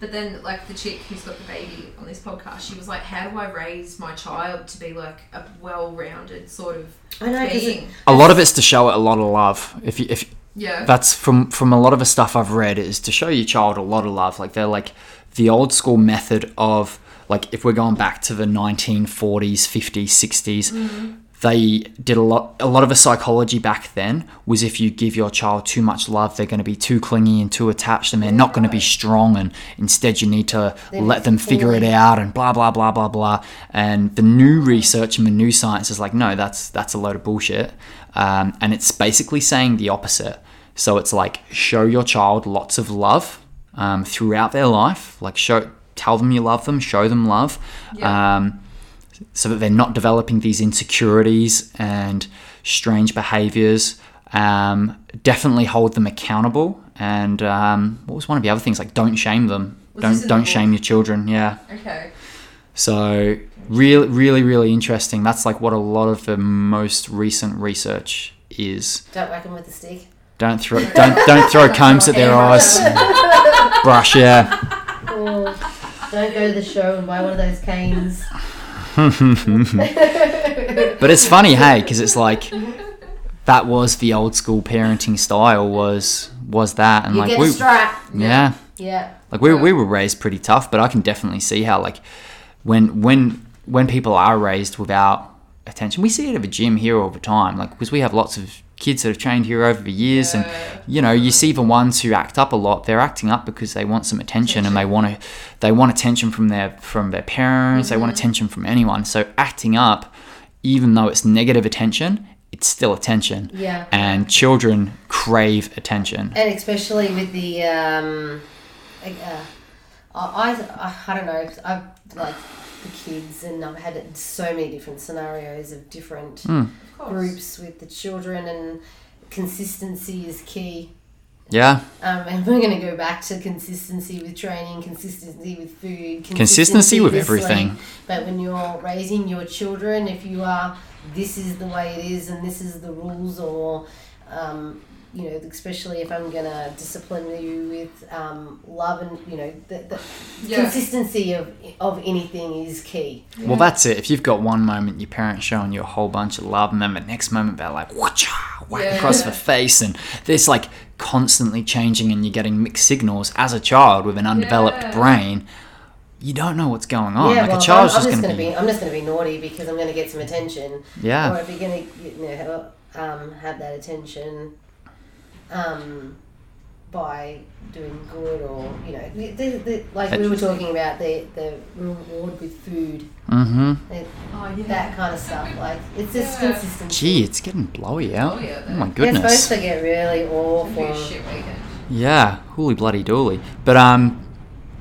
Speaker 3: But then, like the chick who's got the baby on this podcast, she was like, "How do I raise my child to be like a well-rounded sort of
Speaker 2: I know because
Speaker 3: being?"
Speaker 1: A lot of it's to show it a lot of love. If you, if
Speaker 3: Yeah,
Speaker 1: that's from from a lot of the stuff I've read is to show your child a lot of love. Like they're like the old school method of like if we're going back to the 1940s, 50s, 60s, they did a lot a lot of the psychology back then was if you give your child too much love, they're going to be too clingy and too attached and they're not going to be strong and instead you need to let them figure it out and blah blah blah blah blah. And the new research and the new science is like no, that's that's a load of bullshit. Um, and it's basically saying the opposite. So it's like show your child lots of love um, throughout their life. Like show, tell them you love them, show them love,
Speaker 3: Yeah.
Speaker 1: um, so that they're not developing these insecurities and strange behaviors. Um, definitely hold them accountable. And um, what was one of the other things? Like don't shame them.
Speaker 3: Was this
Speaker 1: Don't
Speaker 3: in the
Speaker 1: don't
Speaker 3: book?
Speaker 1: shame your children. Yeah.
Speaker 3: okay.
Speaker 1: So really, really, really interesting. That's like what a lot of the most recent research is.
Speaker 2: don't whack him with a stick.
Speaker 1: Don't throw don't don't throw combs at their eyes. Brush, yeah.
Speaker 2: Oh, Don't go to the show and buy one of those canes.
Speaker 1: But it's funny, hey, because it's like that was the old school parenting style was was that, and
Speaker 2: You
Speaker 1: like
Speaker 2: get
Speaker 1: we,
Speaker 2: a strap.
Speaker 1: yeah,
Speaker 2: Yeah.
Speaker 1: like we, we were raised pretty tough, but I can definitely see how like when when when people are raised without attention, we see it at the gym here all the time, like because we have lots of kids that have trained here over the years,
Speaker 3: Yeah.
Speaker 1: and you know you see the ones who act up a lot, they're acting up because they want some attention and they want to they want attention from their from their parents, they want attention from anyone, so acting up, even though it's negative attention, it's still attention,
Speaker 2: Yeah.
Speaker 1: and children crave attention.
Speaker 2: And especially with the, um, like, uh, I, I, I don't know, I've like the kids and I've had so many different scenarios of different
Speaker 3: Of course.
Speaker 2: groups with the children and consistency is key.
Speaker 1: Yeah,
Speaker 2: Um, and we're going to go back to consistency with training, consistency with food, consistency,
Speaker 1: with
Speaker 2: sleep.
Speaker 1: everything.
Speaker 2: But when you're raising your children, if you are, this is the way it is, and this is the rules, or um, you know, especially if I'm going to discipline you with um, love and you know, the, the
Speaker 3: Yeah.
Speaker 2: consistency of of anything is key.
Speaker 1: Well, that's it. If you've got one moment your parents showing you a whole bunch of love, and then the next moment they're like, whacha, whack
Speaker 3: Yeah.
Speaker 1: across the face, and there's like constantly changing, and you're getting mixed signals as a child with an undeveloped
Speaker 3: Yeah.
Speaker 1: brain. You don't know what's going on.
Speaker 2: yeah,
Speaker 1: Oh, like
Speaker 2: well,
Speaker 1: a child's
Speaker 2: I'm, I'm
Speaker 1: just going to
Speaker 2: gonna
Speaker 1: be,
Speaker 2: I'm just going to be naughty because I'm going to get some attention. or
Speaker 1: yeah,
Speaker 2: if you're gonna you know um, have that attention um, by doing good or you know the, the, the, like we were talking about the the reward with food
Speaker 1: mm-hmm.
Speaker 3: Oh, yeah.
Speaker 2: that kind of stuff like it's just
Speaker 3: Yeah.
Speaker 2: consistency
Speaker 1: Gee, it's getting blowy out.
Speaker 3: Oh, yeah,
Speaker 1: Oh my
Speaker 3: that-
Speaker 2: It's
Speaker 1: goodness.
Speaker 2: supposed to get really
Speaker 3: It'd be a
Speaker 2: awful
Speaker 3: shit weekend.
Speaker 1: Yeah, holy bloody dooly. But um,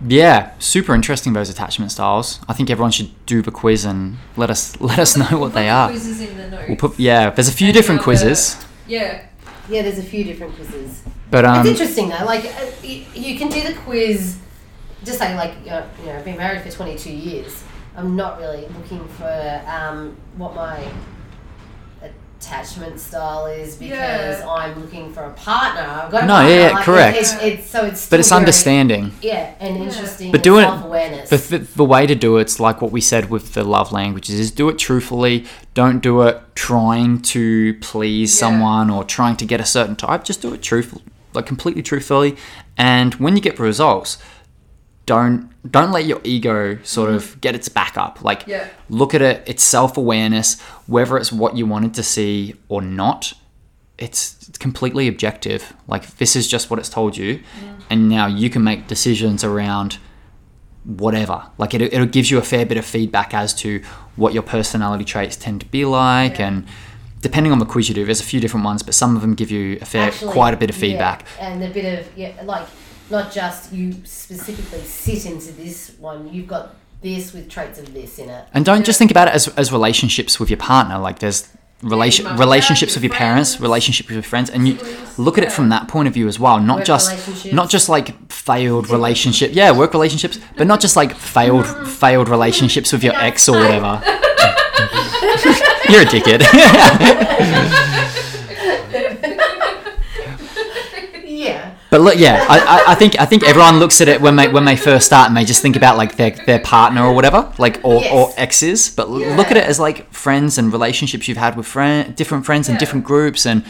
Speaker 1: yeah, super interesting those attachment styles. I think everyone should do the quiz and let us let us know what they are.
Speaker 3: Quizzes in the notes.
Speaker 1: We'll put yeah. There's a few different quizzes.
Speaker 3: Yeah.
Speaker 2: yeah there's a few different quizzes
Speaker 1: But um,
Speaker 2: it's interesting though. Like uh, y- you can do the quiz. Just say like you know, you know I've been married for twenty two years. I'm not really looking for um, what my attachment style is because
Speaker 3: Yeah.
Speaker 2: I'm looking for a partner. I've got a
Speaker 1: No,
Speaker 2: partner.
Speaker 1: yeah, yeah,
Speaker 2: Like,
Speaker 1: correct.
Speaker 2: It's, it's, it's- so
Speaker 1: but
Speaker 2: it's still
Speaker 1: it's
Speaker 2: very-
Speaker 1: understanding.
Speaker 2: Yeah, and
Speaker 3: Yeah.
Speaker 2: interesting.
Speaker 1: But do it-
Speaker 2: self awareness.
Speaker 1: The, the, the way to do it's like what we said with the love languages is do it truthfully. Don't do it trying to please
Speaker 3: Yeah.
Speaker 1: someone or trying to get a certain type. Just do it truthful, like completely truthfully. And when you get results, don't don't let your ego sort of get its back up. Like
Speaker 3: Yeah.
Speaker 1: look at it. It's self awareness, whether it's what you wanted to see or not. It's it's completely objective. Like this is just what it's told you, and now you can make decisions around whatever. Like it it gives you a fair bit of feedback as to what your personality traits tend to be like, and depending on the quiz you do, there's a few different ones, but some of them give you a fair
Speaker 2: Actually,
Speaker 1: quite a bit of
Speaker 2: yeah,
Speaker 1: feedback.
Speaker 2: and a bit of yeah, like not just you specifically sit into this one. You've got this with traits of this in it.
Speaker 1: And don't just think about it as, as relationships with your partner. Like there's relation
Speaker 3: your mum,
Speaker 1: relationships
Speaker 3: dad,
Speaker 1: with
Speaker 3: your
Speaker 1: your parents,
Speaker 3: friends.
Speaker 1: relationships with your friends, and you
Speaker 3: Siblings,
Speaker 1: look at it
Speaker 3: yeah.
Speaker 1: from that point of view as well. Not
Speaker 2: Work
Speaker 1: just
Speaker 2: relationships.
Speaker 1: not just like failed relationship, yeah, work relationships, but not just like failed failed relationships with your ex or whatever. You're a dickhead.
Speaker 2: Yeah.
Speaker 1: but look, yeah, I, I, I think I think everyone looks at it when they when they first start and they just think about like their, their partner or whatever, like or, or
Speaker 2: Yes.
Speaker 1: exes. But l look at it as like friends and relationships you've had with friend, different friends and
Speaker 3: Yeah.
Speaker 1: different groups, and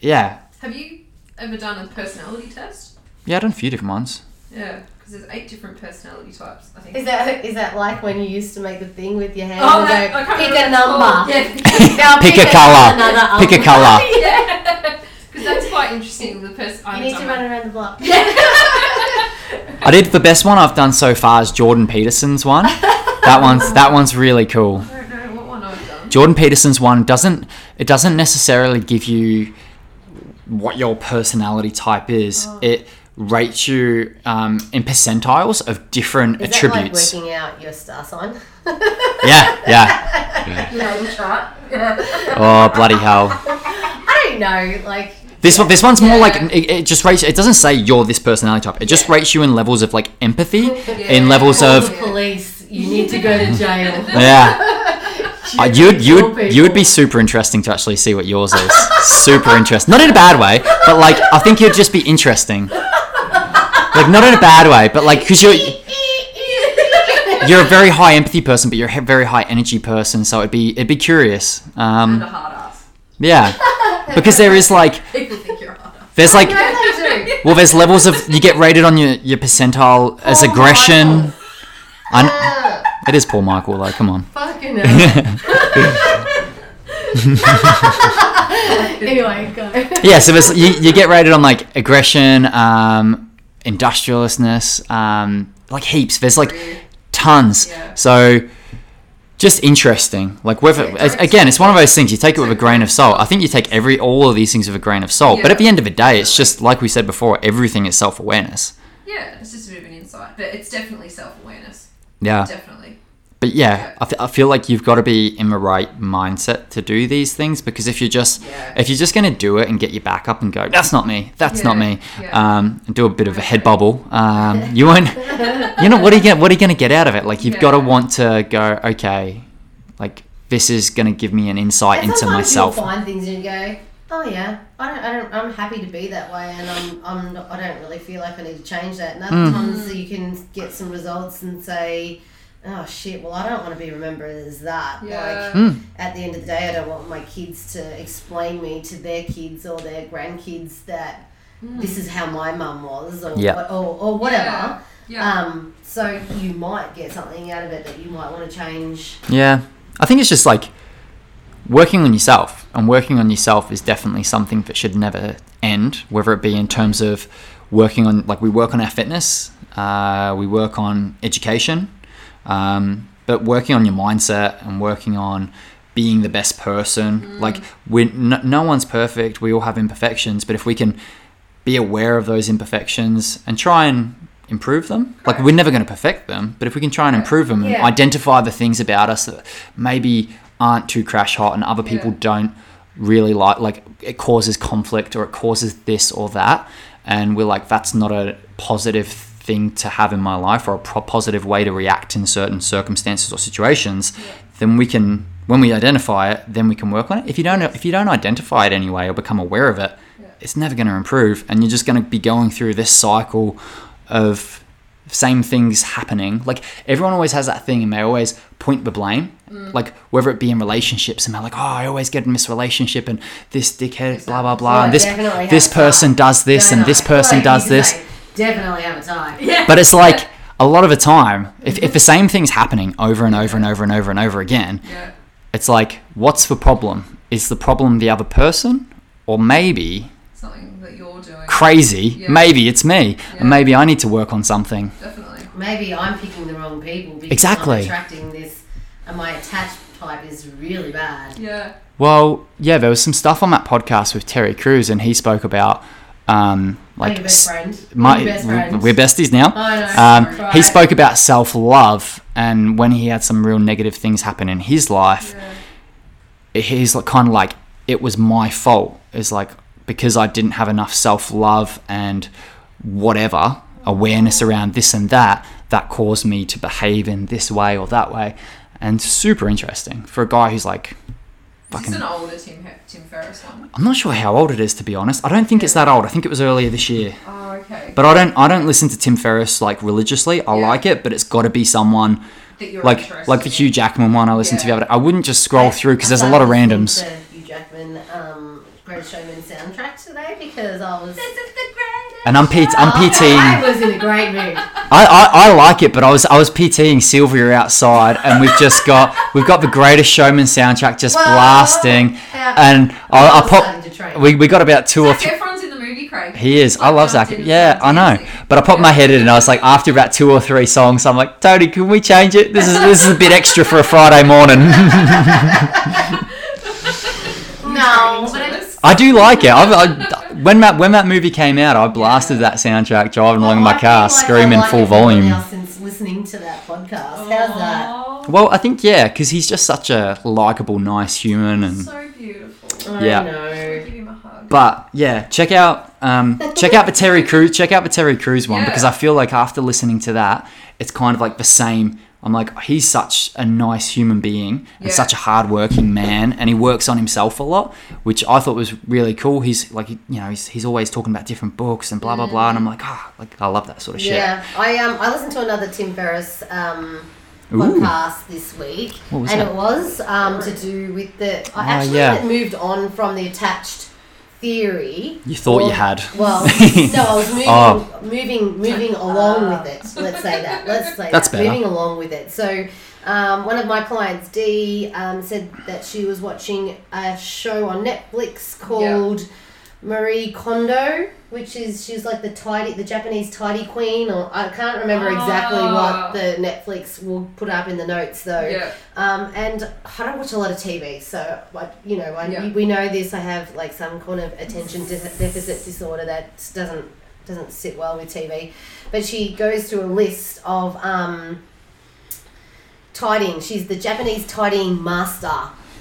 Speaker 1: yeah,
Speaker 3: Have you ever done a personality test?
Speaker 1: yeah, I've done a few different ones.
Speaker 3: Yeah, because there's eight different personality types. I think.
Speaker 2: Is that is that like when you used to make the thing with your hand
Speaker 3: Oh,
Speaker 2: and
Speaker 3: that,
Speaker 2: go,
Speaker 3: I can't
Speaker 2: pick a
Speaker 3: remember what
Speaker 2: number?
Speaker 3: it's called. Yeah.
Speaker 2: Now
Speaker 1: Pick a
Speaker 2: another
Speaker 1: colour. Pick a
Speaker 2: um,
Speaker 1: colour.
Speaker 3: yeah. Because that's quite interesting. The person.
Speaker 2: You
Speaker 3: I'm
Speaker 2: need to run around the block.
Speaker 1: I did the best one I've done so far is Jordan Peterson's one. That one's that one's really cool.
Speaker 3: I don't know what one I've done.
Speaker 1: Jordan Peterson's one doesn't it doesn't necessarily give you what your personality type is.
Speaker 2: Oh.
Speaker 1: It rates you um, in percentiles of different
Speaker 2: Is that like
Speaker 1: attributes.
Speaker 2: working out your star sign?
Speaker 1: yeah, yeah.
Speaker 3: Name chart.
Speaker 1: Oh bloody hell!
Speaker 2: I don't know. Like
Speaker 1: This one, this one's more
Speaker 3: Yeah.
Speaker 1: like it, it just rates. It doesn't say you're this personality type. It just rates you in levels of like empathy, in levels
Speaker 2: call
Speaker 1: of
Speaker 2: the police, you need to go to jail.
Speaker 1: yeah. Uh, you'd
Speaker 2: kill
Speaker 1: you'd you'd be
Speaker 2: people.
Speaker 1: super interesting to actually see what yours is. super interesting, not in a bad way, but like I think you'd just be interesting. Like not in a bad way, but like because you're you're a very high empathy person, but you're a very high energy person. So it'd be it'd be curious.
Speaker 3: and a
Speaker 1: Um,
Speaker 3: hard ass.
Speaker 1: yeah, because there is like
Speaker 3: People think you're a hard ass.
Speaker 1: there's like
Speaker 2: No, they do.
Speaker 1: well, there's levels of you get rated on your your percentile as
Speaker 2: Poor
Speaker 1: aggression.
Speaker 2: Michael.
Speaker 1: I,
Speaker 2: Ah,
Speaker 1: it is Paul Michael though. Come on.
Speaker 2: fucking hell. anyway, go.
Speaker 1: yeah, so it's, you, you get rated on like aggression, um, industrialistness, um, like heaps. There's like tons.
Speaker 3: Yeah.
Speaker 1: So just interesting. Like whether
Speaker 3: Yeah,
Speaker 1: a- again, it's one of those things you take it with a grain of salt. I think you take every all of these things with a grain of salt. But at
Speaker 3: Yeah.
Speaker 1: the end of the day, it's just like we said before. Everything is self awareness.
Speaker 3: Yeah, it's just a bit of an insight, but it's definitely self awareness.
Speaker 1: Yeah.
Speaker 3: Definitely.
Speaker 1: But
Speaker 3: Yeah.
Speaker 1: yeah, I, f- I feel like you've got to be in the right mindset to do these things because if you're just
Speaker 3: Yeah.
Speaker 1: if you're just going to do it and get your back up and go, that's not me, that's not
Speaker 3: Yeah,
Speaker 1: me,
Speaker 3: yeah.
Speaker 1: um, and do a bit of a head bubble, um, you won't. You know what are you gonna, what are you going to get out of it? Like you've got to
Speaker 3: Yeah.
Speaker 1: want to go, okay, like this is going to give me an insight
Speaker 2: And
Speaker 1: into
Speaker 2: sometimes
Speaker 1: myself.
Speaker 2: You'll find things and you go, oh yeah, I don't, I don't, I'm happy to be that way, and I'm, I'm, not, I don't really feel like I need to change that. And other
Speaker 1: Hmm.
Speaker 2: times you can get some results and say. Oh shit! Well, I don't want to be remembered as that.
Speaker 3: Yeah.
Speaker 2: Like at the end of the day, I don't want my kids to explain me to their kids or their grandkids that
Speaker 3: Mm.
Speaker 2: this is how my mum was, or
Speaker 1: Yeah.
Speaker 2: what- or, or whatever.
Speaker 3: Hmm. Yeah. Yeah.
Speaker 2: Um, so you might get something out of it that you might want to change.
Speaker 1: Yeah. I think it's just like working on yourself and working on yourself is definitely something that should never end, whether it be in terms of working on, like, we work on our fitness, uh, we work on education, um, but working on your mindset and working on being the best person. Like, we're, no, no one's perfect, we all have imperfections, but if we can be aware of those imperfections and try and improve them. Like
Speaker 3: Correct.
Speaker 1: we're never going to perfect them, but if we can try and improve them and
Speaker 2: Yeah.
Speaker 1: identify the things about us that maybe aren't too crash hot and other people
Speaker 3: Yeah.
Speaker 1: don't really like, like it causes conflict or it causes this or that, and we're like, that's not a positive thing to have in my life or a pro- positive way to react in certain circumstances or situations, then we can. When we identify it, then we can work on it. If you don't, if you don't identify it anyway or become aware of it, it's never going to improve and you're just going to be going through this cycle of same things happening like everyone always has that thing and they always point the blame
Speaker 2: Mm.
Speaker 1: like whether it be in relationships and they're like oh i always get in this relationship and this dickhead blah blah blah
Speaker 2: Oh,
Speaker 1: and this
Speaker 2: definitely
Speaker 1: this
Speaker 2: has
Speaker 1: person does this and this person
Speaker 2: Like, you
Speaker 1: does
Speaker 2: can
Speaker 1: this
Speaker 2: say, Definitely have a time.
Speaker 3: yeah.
Speaker 1: but it's like a lot of the time if,
Speaker 2: Mm-hmm.
Speaker 1: if the same thing's happening over and over and over and over and over again
Speaker 3: Yeah.
Speaker 1: it's like what's the problem is the problem the other person or maybe
Speaker 3: Something that you're doing.
Speaker 1: crazy.
Speaker 3: Yeah.
Speaker 1: Maybe it's me.
Speaker 3: Yeah.
Speaker 1: And maybe I need to work on something.
Speaker 3: Definitely.
Speaker 2: Maybe I'm picking the wrong people because
Speaker 1: Exactly.
Speaker 2: I'm attracting this, and my attached type is really bad.
Speaker 3: Yeah.
Speaker 1: Well, yeah, there was some stuff on that podcast with Terry Crews, and he spoke about um,
Speaker 2: Like,
Speaker 1: like
Speaker 2: your
Speaker 1: s-
Speaker 2: best friend.
Speaker 1: my
Speaker 2: You're your best friend.
Speaker 1: we're besties now.
Speaker 2: I know.
Speaker 1: Um,
Speaker 2: Right.
Speaker 1: He spoke about self love, and when he had some real negative things happen in his life,
Speaker 3: Yeah.
Speaker 1: he's like kind of like it was my fault it's like because i didn't have enough self-love and whatever awareness around this and that that caused me to behave in this way or that way and super interesting for a guy who's like
Speaker 3: Is
Speaker 1: fucking
Speaker 3: this an older Tim, Fer- Tim Ferriss one?
Speaker 1: i'm not sure how old it is to be honest i don't think it's that old i think it was earlier this year
Speaker 3: Oh, okay.
Speaker 1: but i don't i don't listen to tim ferriss like religiously i
Speaker 3: Yeah.
Speaker 1: like it but it's got to be someone
Speaker 3: that you're
Speaker 1: like
Speaker 3: interested
Speaker 1: like the
Speaker 3: in.
Speaker 1: hugh jackman one i listened to the
Speaker 3: Yeah.
Speaker 1: other i wouldn't just scroll through because there's a lot of randoms
Speaker 2: Hugh Jackman, um, Greatest Showman soundtrack today because I was.
Speaker 3: This is the greatest.
Speaker 1: and i'm pt i'm pting
Speaker 2: I was in a great mood.
Speaker 1: I, I, I like it, but I was I was PTing Sylvia outside, and we've just got we've got the greatest showman soundtrack just
Speaker 2: Whoa.
Speaker 1: blasting,
Speaker 2: Yeah.
Speaker 1: and I, I
Speaker 2: I'm starting to
Speaker 1: pop.
Speaker 2: train.
Speaker 1: We, we got about two or
Speaker 3: Zac
Speaker 1: three.
Speaker 3: Efron's in the movie, Craig.
Speaker 1: He is. I
Speaker 3: Like,
Speaker 1: love Zach.
Speaker 3: Justin is
Speaker 1: Yeah, I know.
Speaker 3: fantastic.
Speaker 1: But I popped my head in, and I was like, after about two or three songs, I'm like, Tony, can we change it? This is this is a bit extra for a Friday morning.
Speaker 2: No, but
Speaker 3: Turning
Speaker 2: it's.
Speaker 3: tourist.
Speaker 1: I do like it. I've, I, when that when that movie came out, I blasted that soundtrack driving along in my
Speaker 2: I feel
Speaker 1: car,
Speaker 2: like
Speaker 1: screaming
Speaker 2: I like
Speaker 1: full
Speaker 2: everyone
Speaker 1: volume.
Speaker 2: else Since listening to that podcast, how's that?
Speaker 3: Aw,
Speaker 1: Well, I think yeah, because he's just such a likable, nice human, and
Speaker 3: So beautiful.
Speaker 1: Yeah.
Speaker 2: I know.
Speaker 3: Give him a hug.
Speaker 1: Mm. But yeah, check out um, check out the Terry Crews check out the Terry Crews one
Speaker 3: Yeah.
Speaker 1: because I feel like after listening to that, it's kind of like the same. I'm like, he's such a nice human being and
Speaker 3: Yeah.
Speaker 1: such a hardworking man, and he works on himself a lot, which I thought was really cool. He's like, you know, he's, he's always talking about different books and blah blah
Speaker 2: Mm.
Speaker 1: blah, and I'm like, ah, like I love that sort of shit.
Speaker 2: Yeah, I um I listened to another Tim Ferriss um
Speaker 1: Ooh.
Speaker 2: podcast this week,
Speaker 1: What was
Speaker 2: and
Speaker 1: that?
Speaker 2: it was um, to do with the. I
Speaker 1: Ah,
Speaker 2: actually
Speaker 1: yeah.
Speaker 2: had moved on from the attached theory.
Speaker 1: You thought you
Speaker 2: Or-
Speaker 1: had.
Speaker 2: Well, no, I was moving,
Speaker 1: Oh.
Speaker 2: moving, moving along with it. Let's say that. Let's say
Speaker 1: That's
Speaker 2: that.
Speaker 1: better.
Speaker 2: Moving along with it. So, um, one of my clients, Dee, um, said that she was watching a show on Netflix called Marie Kondo, which is she's like the tidy, the Japanese tidy queen, or I can't remember exactly
Speaker 3: Ah.
Speaker 2: what the Netflix will put up in the notes though.
Speaker 3: Yeah.
Speaker 2: Um, and I don't watch a lot of TV, so I, you know, I,
Speaker 3: Yeah.
Speaker 2: we know this. I have like some kind of attention de- deficit disorder that doesn't doesn't sit well with TV. But she goes through a list of um, tidying. She's the Japanese tidying master.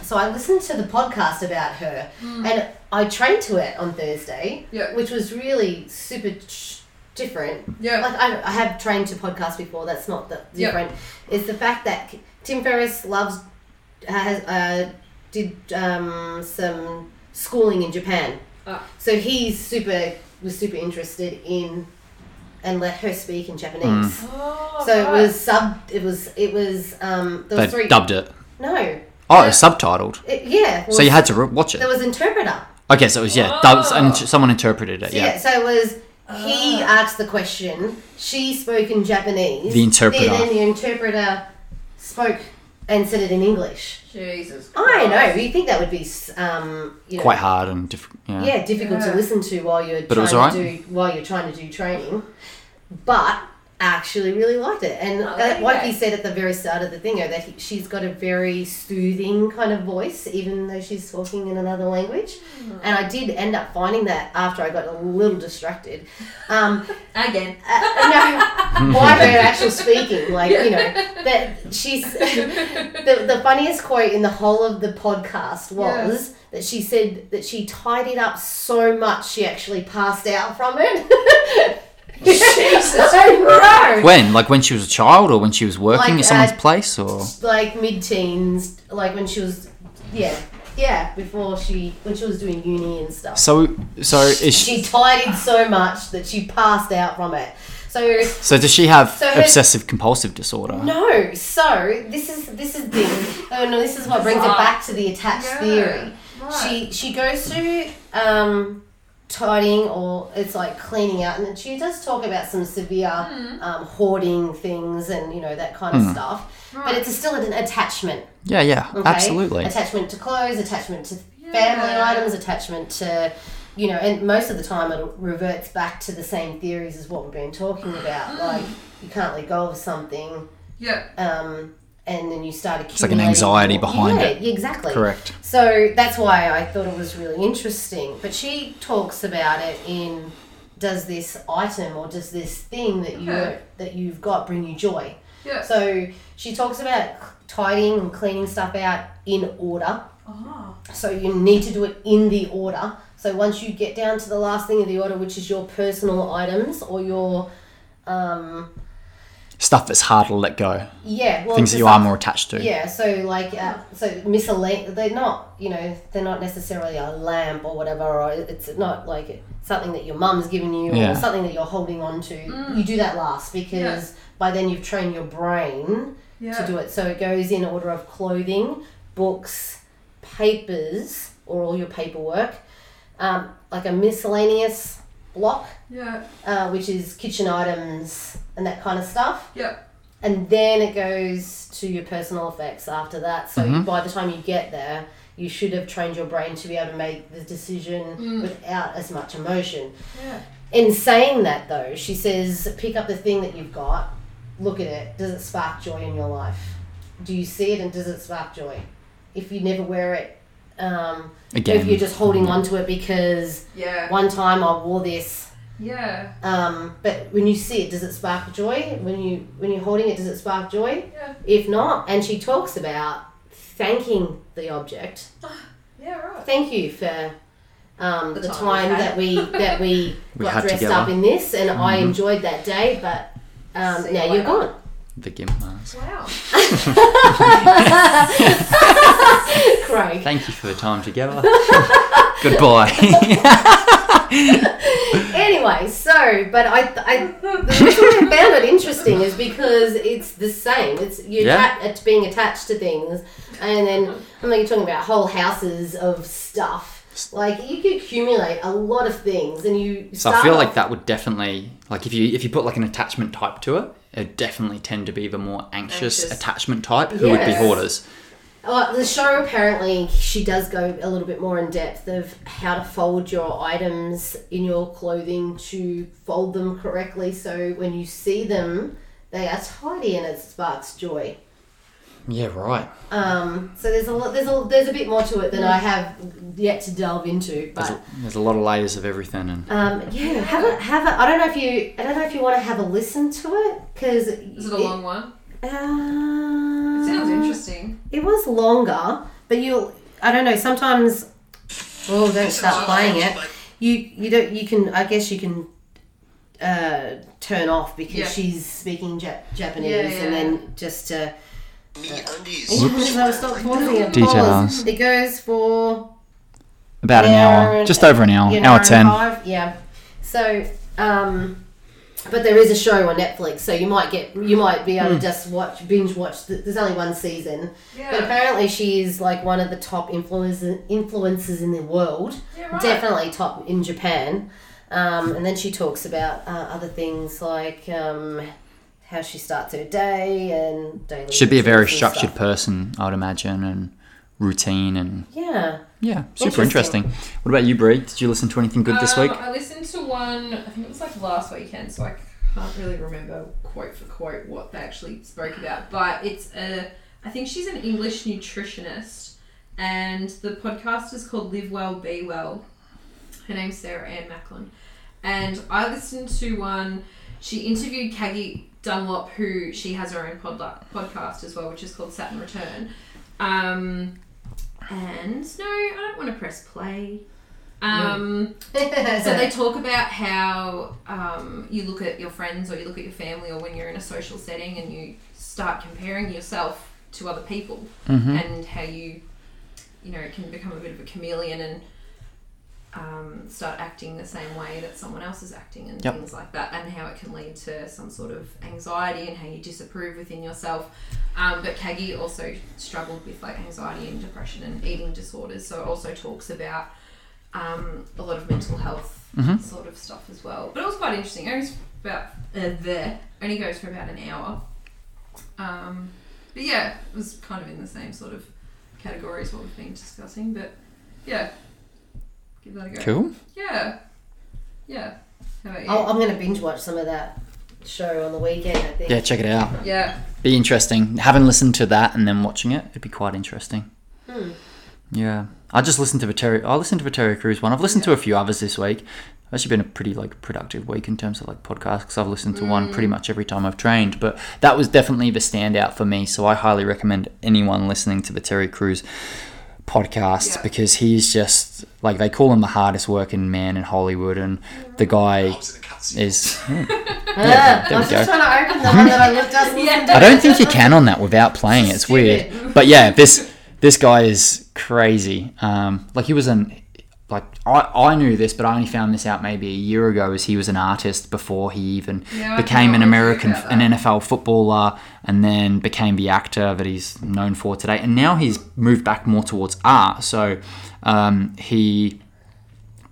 Speaker 2: So I listened to the podcast about her, and I trained to it on Thursday,
Speaker 3: Yeah.
Speaker 2: which was really super ch- different
Speaker 3: Yeah.
Speaker 2: like I, I have trained to podcasts before. That's not the
Speaker 3: Yeah.
Speaker 2: different. It's the fact that Tim Ferriss loves has uh, did um, some schooling in Japan,
Speaker 3: Ah.
Speaker 2: so he's super was super interested in and let her speak in Japanese.
Speaker 1: Mm.
Speaker 3: Oh,
Speaker 2: So it
Speaker 3: right.
Speaker 2: was sub. It was it was um. There
Speaker 1: They
Speaker 2: was three.
Speaker 1: dubbed it.
Speaker 2: No.
Speaker 1: Oh, it was subtitled.
Speaker 2: It- yeah.
Speaker 1: So you
Speaker 2: well,
Speaker 1: had to re- watch it.
Speaker 2: There was interpreter.
Speaker 1: Okay, so it was yeah, dubs,
Speaker 3: Oh.
Speaker 1: and someone interpreted it.
Speaker 2: So, yeah.
Speaker 1: Yeah,
Speaker 2: so it was he asked the question, she spoke in Japanese.
Speaker 1: The interpreter.
Speaker 2: Then the interpreter spoke and said it in English.
Speaker 3: Jesus.
Speaker 2: I know.
Speaker 3: Christ.
Speaker 2: You think that would be, um, you know,
Speaker 1: quite hard and different. Yeah.
Speaker 2: yeah, difficult
Speaker 3: Yeah.
Speaker 2: to listen to while you're
Speaker 1: But it
Speaker 2: trying
Speaker 1: was
Speaker 2: to
Speaker 1: alright?
Speaker 2: do while you're trying to do training, but actually really liked it. And
Speaker 3: Oh,
Speaker 2: uh, like
Speaker 3: okay.
Speaker 2: he said at the very start of the thing, though, that he, she's got a very soothing kind of voice, even though she's talking in another language.
Speaker 3: Mm-hmm.
Speaker 2: And I did end up finding that after I got a little distracted. Um,
Speaker 3: Again.
Speaker 2: uh, no, by her actual speaking, like you know that she's the, the funniest quote in the whole of the podcast was that she said that she tidied up so much she actually passed out from it. Jesus,
Speaker 1: When, like when she was a child, or when she was working
Speaker 2: Like,
Speaker 1: at someone's
Speaker 2: uh,
Speaker 1: place, or
Speaker 2: like mid-teens, like when she was, yeah, yeah, before she when she was doing uni and stuff.
Speaker 1: so so is she,
Speaker 2: She tidied so much that she passed out from it. So
Speaker 1: so does she have
Speaker 2: So her-
Speaker 1: obsessive compulsive disorder?
Speaker 2: No, so this is this is the oh no, this is what brings it back to the attached
Speaker 3: Yeah,
Speaker 2: theory.
Speaker 3: right.
Speaker 2: She she goes to um, tidying or it's like cleaning out, and she does talk about some severe
Speaker 3: Hmm.
Speaker 2: um, hoarding things and you know that kind of stuff. But it's still an attachment.
Speaker 1: Yeah, yeah,
Speaker 2: Okay?
Speaker 1: absolutely.
Speaker 2: Attachment to clothes, attachment to family
Speaker 3: Yeah.
Speaker 2: items, attachment to you know, and most of the time it reverts back to the same theories as what we've been talking
Speaker 3: Hmm.
Speaker 2: about. Like you can't let go of something
Speaker 3: Yeah.
Speaker 2: um, and then you start accumulating.
Speaker 1: like an anxiety behind
Speaker 2: yeah,
Speaker 1: it.
Speaker 2: Exactly.
Speaker 1: Correct.
Speaker 2: So that's why I thought it was really interesting. But she talks about it in does this item or does this thing that you
Speaker 3: Okay.
Speaker 2: that you've got bring you joy?
Speaker 3: Yeah.
Speaker 2: So she talks about tidying and cleaning stuff out in order.
Speaker 3: Oh.
Speaker 2: So you need to do it in the order. So once you get down to the last thing of the order, which is your personal items or your um,
Speaker 1: Stuff that's hard to let go.
Speaker 2: yeah, well,
Speaker 1: Things that
Speaker 2: the
Speaker 1: you are
Speaker 2: stuff-
Speaker 1: more attached to.
Speaker 2: Yeah, so like, uh, so miscellaneous, they're not, you know, they're not necessarily a lamp or whatever, or it's not like something that your mum's giving you
Speaker 1: Yeah.
Speaker 2: or something that you're holding on to. You do that last because by then you've trained your brain
Speaker 3: Yeah.
Speaker 2: to do it. So it goes in order of clothing, books, papers, or all your paperwork, um, like a miscellaneous block,
Speaker 3: Yeah.
Speaker 2: uh, which is kitchen items and that kind of stuff
Speaker 3: Yeah.
Speaker 2: and then it goes to your personal effects after that. So by the time you get there, you should have trained your brain to be able to make the decision without as much emotion.
Speaker 3: Yeah.
Speaker 2: In saying that, though, she says, pick up the thing that you've got, look at it. Does it spark joy in your life? Do you see it and does it spark joy? If you never wear it, um, if
Speaker 1: Again.
Speaker 2: you're just holding on to it because
Speaker 3: Yeah.
Speaker 2: one time I wore this
Speaker 3: Yeah.
Speaker 2: um, but when you see it, does it spark joy? When you when you're holding it, does it spark joy?
Speaker 3: Yeah.
Speaker 2: If not, and she talks about thanking the object.
Speaker 3: Yeah. Right.
Speaker 2: Thank you for um,
Speaker 3: The
Speaker 2: the,
Speaker 3: time
Speaker 2: time
Speaker 3: we had.
Speaker 2: that we that we,
Speaker 1: We
Speaker 2: got
Speaker 1: had
Speaker 2: dressed
Speaker 1: together. Mm-hmm.
Speaker 2: up in this, and I enjoyed that day. But um,
Speaker 3: See you
Speaker 2: now
Speaker 3: later.
Speaker 2: you're gone.
Speaker 1: The gimp mask.
Speaker 3: Wow.
Speaker 2: Craig.
Speaker 1: Thank you for the time together. Goodbye.
Speaker 2: Anyway, so but I I, the reason I found it interesting interesting is because it's the same. It's you're
Speaker 1: Yeah.
Speaker 2: atta- it's being attached to things, and then I mean, you're talking about whole houses of stuff. Like you could accumulate a lot of things, and you.
Speaker 1: So I
Speaker 2: start
Speaker 1: feel
Speaker 2: off-
Speaker 1: like that would definitely like if you if you put like an attachment type to it, it would definitely tend to be the more anxious,
Speaker 3: Anxious.
Speaker 1: attachment type who would be
Speaker 2: Yes.
Speaker 1: hoarders.
Speaker 2: Oh, the show apparently she does go a little bit more in depth of how to fold your items in your clothing to fold them correctly so when you see them they are tidy and it sparks joy.
Speaker 1: Yeah, right.
Speaker 2: Um, so there's a lot there's a there's a bit more to it than I have yet to delve into,
Speaker 1: There's
Speaker 2: but
Speaker 1: a, there's a lot of layers of everything, and
Speaker 2: um, yeah, have a have a I don't know if you I don't know if you want to have a listen to it because
Speaker 3: Is it a long one?
Speaker 2: Uh,
Speaker 3: It sounds interesting.
Speaker 2: It was longer, but you I don't know, sometimes Oh, don't start playing it. You you don't you can I guess you can uh, turn off because
Speaker 3: Yeah.
Speaker 2: she's speaking Jap- Japanese
Speaker 3: Yeah, yeah.
Speaker 2: and then just uh,
Speaker 4: MeUndies.
Speaker 2: so stop pausing it.
Speaker 1: Details.
Speaker 2: Pause. It goes for
Speaker 1: about an
Speaker 2: Yeah,
Speaker 1: hour, just over an hour,
Speaker 2: you know,
Speaker 1: Oh, hour ten.
Speaker 2: Five. Yeah. So um but there is a show on Netflix, so you might get you might be able
Speaker 1: Hmm.
Speaker 2: to just watch binge watch. th- There's only one season, But
Speaker 3: Yeah.
Speaker 2: apparently, she is like one of the top influences influences in the world.
Speaker 3: Yeah, right.
Speaker 2: Definitely top in Japan. Um, and then she talks about uh, other things like um, how she starts her day and daily.
Speaker 1: Should be a very
Speaker 2: routines and
Speaker 1: structured
Speaker 2: stuff.
Speaker 1: person, I would imagine, and routine, and
Speaker 2: Yeah.
Speaker 1: yeah, super interesting.
Speaker 2: Interesting.
Speaker 1: What about you, Brie? Did you listen to anything good this
Speaker 3: Um,
Speaker 1: week?
Speaker 3: I listened to one. I think it was like last weekend, so I can't really remember quote for quote what they actually spoke about. But it's a. I think she's an English nutritionist, and the podcast is called Live Well, Be Well. Her name's Sarah Ann Macklin, and I listened to one. She interviewed Kagi Dunlop, who she has her own pod- podcast as well, which is called Saturn Return. Um, and no, I don't want to press play. Um, so they talk about how um, you look at your friends or you look at your family or when you're in a social setting and you start comparing yourself to other people and how you you know can become a bit of a chameleon and um, start acting the same way that someone else is acting and
Speaker 1: Yep.
Speaker 3: things like that and how it can lead to some sort of anxiety and how you disapprove within yourself um, but Kagi also struggled with like anxiety and depression and eating disorders so it also talks about um, a lot of mental health
Speaker 1: Mm-hmm.
Speaker 3: sort of stuff as well. But it was quite interesting. It was about uh, there only goes for about an hour. Um, but yeah, it was kind of in the same sort of category as what we've been discussing. But yeah, give that a go.
Speaker 1: Cool.
Speaker 3: Yeah, yeah. How about you?
Speaker 2: I'll, I'm going to binge watch some of that show on the weekend. I think.
Speaker 1: Yeah, check it out.
Speaker 3: yeah,
Speaker 1: Be interesting. Having listened to that and then watching it, it'd be quite interesting.
Speaker 2: Hmm.
Speaker 1: Yeah, I just listened to Viteri. I listened to Viteri Cruz one. I've listened to a few others this week. It's actually been a pretty like productive week in terms of like podcasts because I've listened to one pretty much every time I've trained. But that was definitely the standout for me. So I highly recommend anyone listening to Viteri Cruz podcast
Speaker 3: Yeah.
Speaker 1: because he's just like they call him the hardest working man in Hollywood, and the guy is.
Speaker 2: Ah,
Speaker 1: there
Speaker 2: I
Speaker 1: we
Speaker 2: was just
Speaker 1: go.
Speaker 2: trying to open the one that I left just listened to.
Speaker 1: I don't think you can on that without playing. it. It's weird, but yeah, this this guy is crazy. Um, like he was an like I, I knew this, but I only found this out maybe a year ago. As he was an artist before he even
Speaker 3: Yeah, I
Speaker 1: became
Speaker 3: know
Speaker 1: an
Speaker 3: what you're
Speaker 1: American,
Speaker 3: talking
Speaker 1: an NFL footballer, and then became the actor that he's known for today. And now he's moved back more towards art. So um, he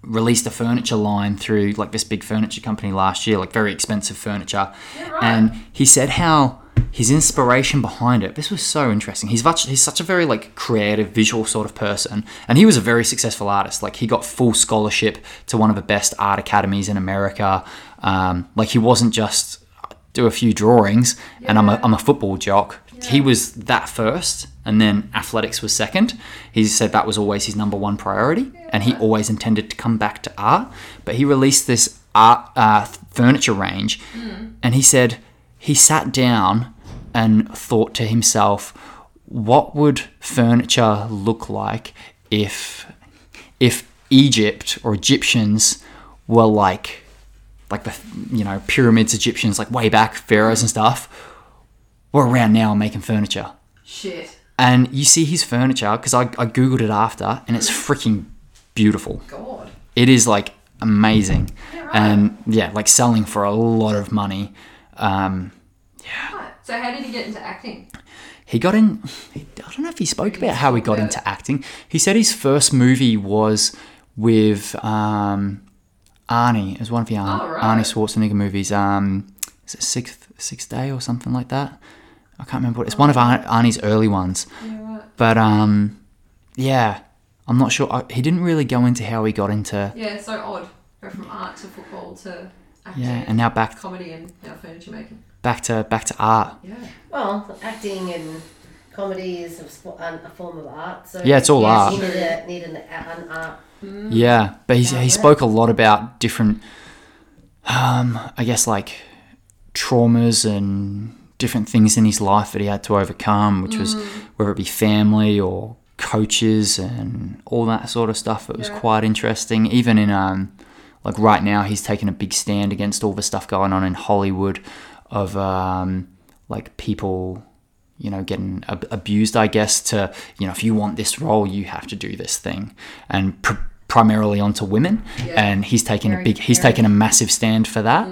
Speaker 1: released a furniture line through like this big furniture company last year, like very expensive furniture.
Speaker 3: right.
Speaker 1: And he said how his inspiration behind it. This was so interesting. He's much, he's such a very like creative, visual sort of person, and he was a very successful artist. Like he got full scholarship to one of the best art academies in America. Um, like he wasn't just do a few drawings and I'm a, I'm a football jock. He was that first and then athletics was second. He said that was always his number one priority and he always intended to come back to art. But he released this art uh, furniture range and he said he sat down and thought to himself, what would furniture look like if if Egypt or Egyptians were like like the you know pyramids, Egyptians, like way back pharaohs and stuff, were around now making furniture.
Speaker 3: shit.
Speaker 1: And you see his furniture because I, I googled it after, and it's freaking beautiful.
Speaker 3: God.
Speaker 1: It is like amazing,
Speaker 3: Yeah, right.
Speaker 1: and yeah, like selling for a lot of money. Um,
Speaker 3: Right. So how did he get into acting?
Speaker 1: He got in. I don't know if he spoke about how he got
Speaker 3: Yeah.
Speaker 1: into acting. He said his first movie was with um, Arnie. It was one of the Arnie,
Speaker 3: Oh, right.
Speaker 1: Arnie Schwarzenegger movies. Um, is it Sixth Sixth Day or something like that? I can't remember. What, it's one of Ar- Arnie's early ones.
Speaker 3: Yeah, right.
Speaker 1: But um, yeah, I'm not sure. I, he didn't really go into how he got into
Speaker 3: Yeah, so odd. Go from art to football to acting.
Speaker 1: yeah, and now back
Speaker 3: comedy and now furniture making.
Speaker 1: back to back to art.
Speaker 3: Yeah.
Speaker 2: Well, acting and comedy is a, sp- an- a form of art. So
Speaker 1: Yeah, it's all
Speaker 2: yes,
Speaker 1: art.
Speaker 2: You need, a, need an, a- an art.
Speaker 3: Mm.
Speaker 1: Yeah, but he,
Speaker 2: Yeah,
Speaker 1: he
Speaker 2: yeah.
Speaker 1: spoke a lot about different, um, I guess, like traumas and different things in his life that he had to overcome, which was
Speaker 3: Mm.
Speaker 1: whether it be family or coaches and all that sort of stuff. It was
Speaker 3: Yeah.
Speaker 1: quite interesting. Even in, um, like, right now, he's taking a big stand against all the stuff going on in Hollywood of, um, like, people. You know, getting ab- abused, I guess, to, you know, if you want this role, you have to do this thing. And pr- primarily onto women.
Speaker 3: Yeah.
Speaker 1: And he's taking a
Speaker 3: Very- Mm.
Speaker 1: big, he's
Speaker 3: very-
Speaker 1: taken a massive stand for that.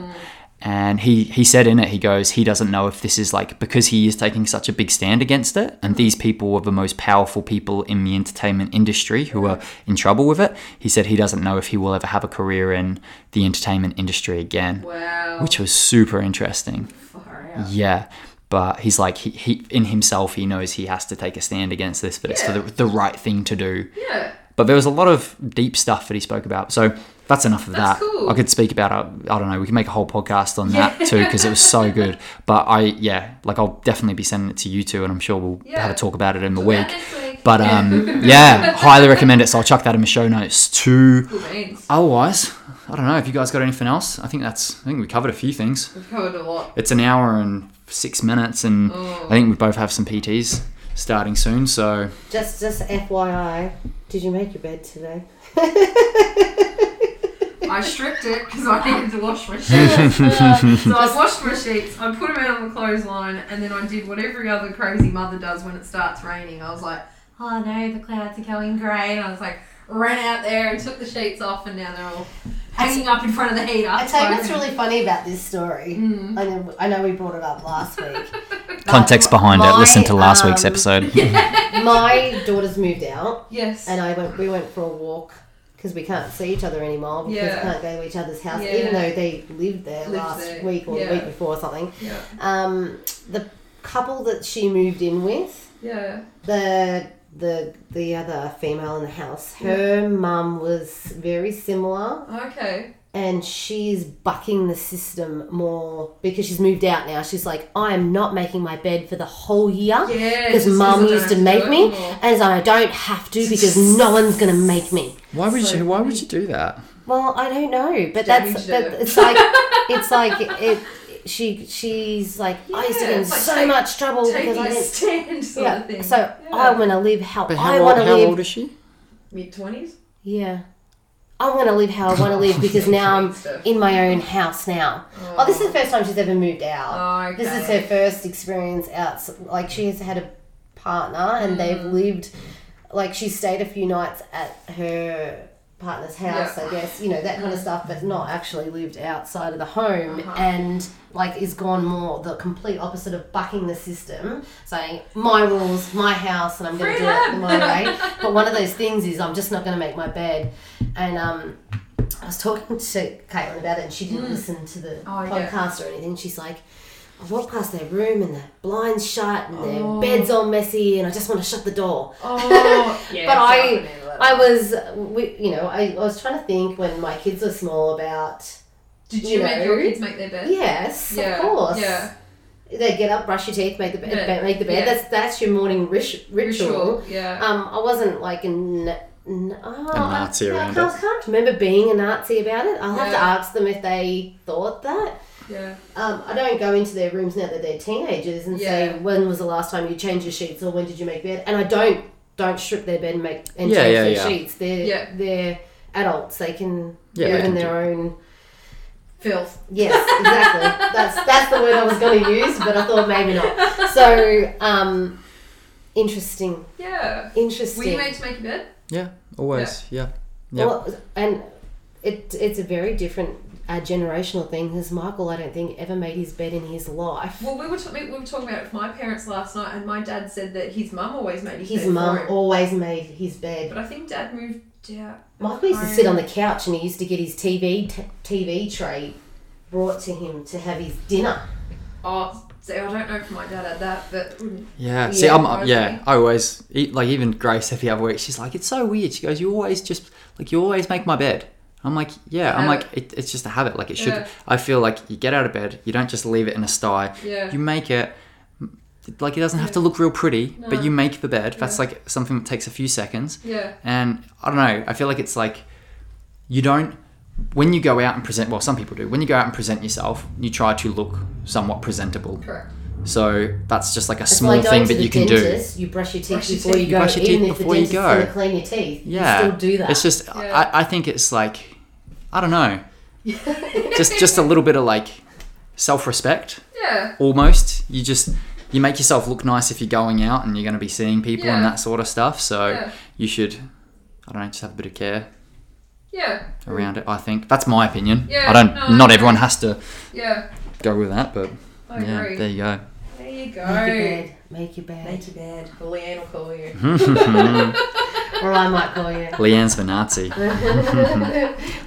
Speaker 1: And he, he said in it, he goes, he doesn't know if this is like because he is taking such a big stand against it,
Speaker 3: Mm.
Speaker 1: and these people are the most powerful people in the entertainment industry who are in trouble with it. He said he doesn't know if he will ever have a career in the entertainment industry again,
Speaker 3: Wow.
Speaker 1: which was super interesting.
Speaker 3: Far out.
Speaker 1: Yeah. But he's like, he, he in himself, he knows he has to take a stand against this, but it's for the,
Speaker 3: Yeah.
Speaker 1: the right thing to do.
Speaker 3: Yeah.
Speaker 1: But there was a lot of deep stuff that he spoke about. So that's enough of
Speaker 3: That's
Speaker 1: that.
Speaker 3: cool.
Speaker 1: I could speak about it. I don't know. We can make a whole podcast on that too because it was so good. But I, yeah, like I'll definitely be sending it to you two, and I'm sure we'll
Speaker 3: Yeah.
Speaker 1: have a talk about it in the
Speaker 3: Well,
Speaker 1: week.
Speaker 3: next week.
Speaker 1: But
Speaker 3: Yeah.
Speaker 1: um, yeah, highly recommend it. So I'll chuck that in the show notes too.
Speaker 3: Cool beans.
Speaker 1: Otherwise, I don't know. Have you guys got anything else? I think that's. I think we covered a few things.
Speaker 3: We've covered a lot.
Speaker 1: It's an hour and six minutes, and
Speaker 3: Oh.
Speaker 1: I think we both have some PTs starting soon. So
Speaker 2: Just, just FYI, did you make your bed today?
Speaker 3: I stripped it because I needed to wash my sheets. so I washed my sheets, I put them out on the clothesline, and then I did what every other crazy mother does when it starts raining. I was like, oh no, the clouds are going grey. And I was like, ran out there and took the sheets off, and now they're all hanging up in front of the heater. Mm.
Speaker 2: I tell you what's
Speaker 3: So-
Speaker 2: really funny about this story.
Speaker 3: Mm-hmm.
Speaker 2: I, know, I know we brought it up last week. but
Speaker 1: context behind it.
Speaker 2: my,
Speaker 1: Listen to last week's
Speaker 2: um,
Speaker 1: episode.
Speaker 2: My daughter's moved out,
Speaker 3: Yes.
Speaker 2: and I went. We went for a walk because we can't see each other anymore because
Speaker 3: Yeah.
Speaker 2: we can't go to each other's house,
Speaker 3: Yeah.
Speaker 2: even though they lived there
Speaker 3: Lived
Speaker 2: last
Speaker 3: there,
Speaker 2: week or
Speaker 3: yeah.
Speaker 2: the week before or something.
Speaker 3: yeah.
Speaker 2: Um, the couple that she moved in with.
Speaker 3: Yeah.
Speaker 2: the the the other female in the house her mum was very similar
Speaker 3: Okay.
Speaker 2: and she's bucking the system more because she's moved out now she's like i am not making my bed for the whole year
Speaker 3: Yeah,
Speaker 2: because
Speaker 3: just
Speaker 2: mum
Speaker 3: because I
Speaker 2: used to
Speaker 3: don't have
Speaker 2: make
Speaker 3: to do it
Speaker 2: me
Speaker 3: anymore.
Speaker 2: and so i don't have to because no one's gonna make me
Speaker 1: Why would
Speaker 3: So
Speaker 1: you? Why would you do that?
Speaker 2: well, I don't know, but
Speaker 3: Jamie
Speaker 2: that's
Speaker 3: Jenner.
Speaker 2: but it's like it's like it. She she's like I used to
Speaker 3: Yeah,
Speaker 2: get in
Speaker 3: it's like
Speaker 2: so
Speaker 3: take-
Speaker 2: much trouble because
Speaker 3: Taking
Speaker 2: I
Speaker 3: a
Speaker 2: didn't.
Speaker 3: stand sort of
Speaker 2: Yeah,
Speaker 3: thing.
Speaker 2: so I want to live how,
Speaker 1: But
Speaker 2: I
Speaker 1: how,
Speaker 2: want
Speaker 1: old,
Speaker 2: to
Speaker 1: how
Speaker 2: live.
Speaker 1: old is she?
Speaker 3: Mid 20s?
Speaker 2: Yeah. I want to live how I want to live because now I'm in my own house now. Oh, this is the first time she's ever moved out.
Speaker 3: Oh,
Speaker 2: This is
Speaker 3: okay.
Speaker 2: her first experience out. Like, she has had a partner and they've
Speaker 3: Mm.
Speaker 2: lived, like, she stayed a few nights at her partner's house,
Speaker 3: Yeah. Mm.
Speaker 2: I guess, you know, that kind of stuff, but not actually lived outside of the home
Speaker 3: Uh-huh.
Speaker 2: and, like, is gone more the complete opposite of bucking the system, saying, my rules, my house, and I'm going to do it
Speaker 3: Freedom.
Speaker 2: my way. But one of those things is I'm just not going to make my bed. And um, I was talking to Caitlin about it, and she didn't listen to the
Speaker 3: Mm. Oh, yeah.
Speaker 2: podcast or anything. She's like, I walk past their room and the blinds shut and their bed's all messy, and I just want to shut the door.
Speaker 3: Oh, yeah.
Speaker 2: but
Speaker 3: so
Speaker 2: I,
Speaker 3: can handle that.
Speaker 2: I was, we, you know, I, I was trying to think when my kids were small about.
Speaker 3: Did
Speaker 2: you
Speaker 3: you make your
Speaker 2: know-
Speaker 3: kids make their bed?
Speaker 2: Yes,
Speaker 3: yeah.
Speaker 2: of course.
Speaker 3: Yeah.
Speaker 2: They get up, brush your teeth, make the bed,
Speaker 3: Yeah.
Speaker 2: make the bed.
Speaker 3: Yeah.
Speaker 2: That's that's your morning rit- ritual.
Speaker 3: Ritual. Yeah.
Speaker 2: Um, I wasn't like an, n- oh,
Speaker 1: Nazi
Speaker 2: I, I
Speaker 1: around
Speaker 2: can't, can't remember being a Nazi about it. I'll have to
Speaker 3: Yeah.
Speaker 2: ask them if they thought that.
Speaker 3: yeah.
Speaker 2: Um, I don't go into their rooms now that they're teenagers and
Speaker 3: Yeah.
Speaker 2: say when was the last time you changed your sheets or when did you make bed, and I don't don't strip their bed and make and
Speaker 1: Yeah,
Speaker 2: change
Speaker 1: yeah,
Speaker 2: their
Speaker 1: yeah.
Speaker 2: sheets. They're
Speaker 3: Yeah.
Speaker 2: they're adults. They can
Speaker 1: Yeah,
Speaker 2: live
Speaker 1: they
Speaker 2: in
Speaker 1: can
Speaker 2: their own.
Speaker 3: Filth.
Speaker 2: Yes, exactly. that's that's the word I was going to use, but I thought maybe not. So um, interesting,
Speaker 3: Yeah. Were
Speaker 2: interesting.
Speaker 3: you made to make your bed?
Speaker 1: Yeah, always. Yeah. Yeah.
Speaker 2: Well, and it, it's a very different a generational thing because Michael, I don't think, ever made his bed in his life.
Speaker 3: Well, we were, t- we were talking about it with my parents last night, and my dad said that his mum always made his,
Speaker 2: His
Speaker 3: bed
Speaker 2: mum
Speaker 3: for him.
Speaker 2: always made his bed.
Speaker 3: But I think dad moved out.
Speaker 2: Michael used to sit on the couch and he used to get his TV t- TV tray brought to him to have his dinner.
Speaker 3: Oh, see, I don't know if my dad had that, but mm,
Speaker 1: Yeah. See,
Speaker 2: Yeah,
Speaker 1: I'm uh,
Speaker 3: I
Speaker 1: yeah.
Speaker 3: agree.
Speaker 1: I always e- like even Grace every other week. She's like, it's so weird. She goes, you always just like you always make my bed. I'm like, yeah. I'm
Speaker 3: Habit.
Speaker 1: like, it, it's just a habit. Like it should.
Speaker 3: Yeah.
Speaker 1: I feel like you get out of bed. You don't just leave it in a sty.
Speaker 3: Yeah.
Speaker 1: You make it. Like it doesn't have to look real pretty,
Speaker 3: No.
Speaker 1: but you make the bed. That's like something that takes a few seconds.
Speaker 3: yeah.
Speaker 1: And I don't know, I feel like it's like you don't when you go out and present well some people do when you go out and present yourself you try to look somewhat presentable
Speaker 3: Correct.
Speaker 1: so that's just like a
Speaker 2: It's
Speaker 1: small
Speaker 2: like going
Speaker 1: thing
Speaker 2: to
Speaker 1: that
Speaker 2: the
Speaker 1: you can do
Speaker 2: dentist, You brush your teeth
Speaker 3: Brush your
Speaker 2: before
Speaker 3: teeth.
Speaker 2: you
Speaker 3: You
Speaker 2: go.
Speaker 1: brush your
Speaker 2: Even
Speaker 1: teeth
Speaker 2: if
Speaker 1: before you
Speaker 2: the dentist is going
Speaker 1: go.
Speaker 2: to clean your teeth,
Speaker 1: yeah
Speaker 2: you still do that.
Speaker 1: it's just
Speaker 3: Yeah.
Speaker 1: I, I think it's like i don't know just just a little bit of like self-respect
Speaker 3: Yeah.
Speaker 1: almost you just you make yourself look nice if you're going out and you're going to be seeing people and
Speaker 3: Yeah.
Speaker 1: that sort of stuff so
Speaker 3: Yeah.
Speaker 1: you should i don't know just have a bit of care
Speaker 3: Yeah.
Speaker 1: around it. I think that's my opinion.
Speaker 3: Hmm. Yeah,
Speaker 1: I don't.
Speaker 3: no, I
Speaker 1: not
Speaker 3: agree.
Speaker 1: everyone has to
Speaker 3: Yeah.
Speaker 1: go with that, but
Speaker 3: I
Speaker 1: yeah,
Speaker 3: agree.
Speaker 1: there you go.
Speaker 3: There
Speaker 2: Make
Speaker 3: you
Speaker 2: your
Speaker 3: go.
Speaker 2: bed. Make your bed.
Speaker 3: your bed. Well, Leanne will call you.
Speaker 2: or I might call you.
Speaker 1: Leanne's the Nazi.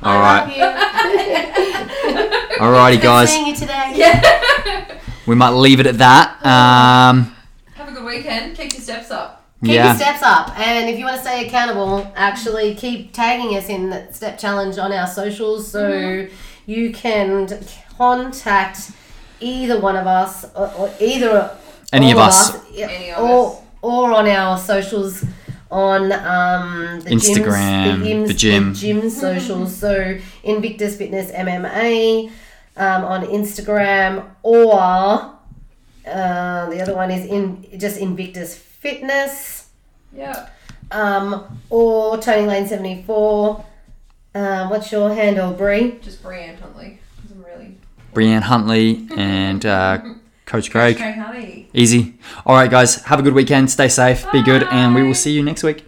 Speaker 2: All
Speaker 1: right.
Speaker 2: right.
Speaker 1: Alrighty, guys,
Speaker 2: Seeing you today.
Speaker 1: we might leave it at that. Um,
Speaker 3: Have a good weekend. Keep your steps up.
Speaker 2: Keep your
Speaker 1: yeah,
Speaker 2: steps up, and if you want to stay accountable, actually keep tagging us in that step challenge on our socials, so
Speaker 1: Mm-hmm.
Speaker 2: you can d- contact either one of us, or, or either
Speaker 1: Any
Speaker 2: all
Speaker 1: of us.
Speaker 2: yeah,
Speaker 3: Any of
Speaker 2: or
Speaker 3: us.
Speaker 2: or on our socials on um, the gyms-
Speaker 1: Instagram, the
Speaker 2: the
Speaker 1: gym.
Speaker 3: Mm-hmm.
Speaker 2: gym socials, so Invictus Fitness MMA um, on Instagram or. Uh, the other one is in just Invictus Fitness
Speaker 3: Yeah.
Speaker 2: um, or Tony Lane seventy four. Um, what's your handle, Brie?
Speaker 3: Just Brianne Huntley. 'cause I'm really.
Speaker 1: Brianne Huntley and uh, Coach Craig.
Speaker 3: Okay, honey.
Speaker 1: Easy. All right, guys, have a good weekend. Stay safe. Be good, and we will see you next week.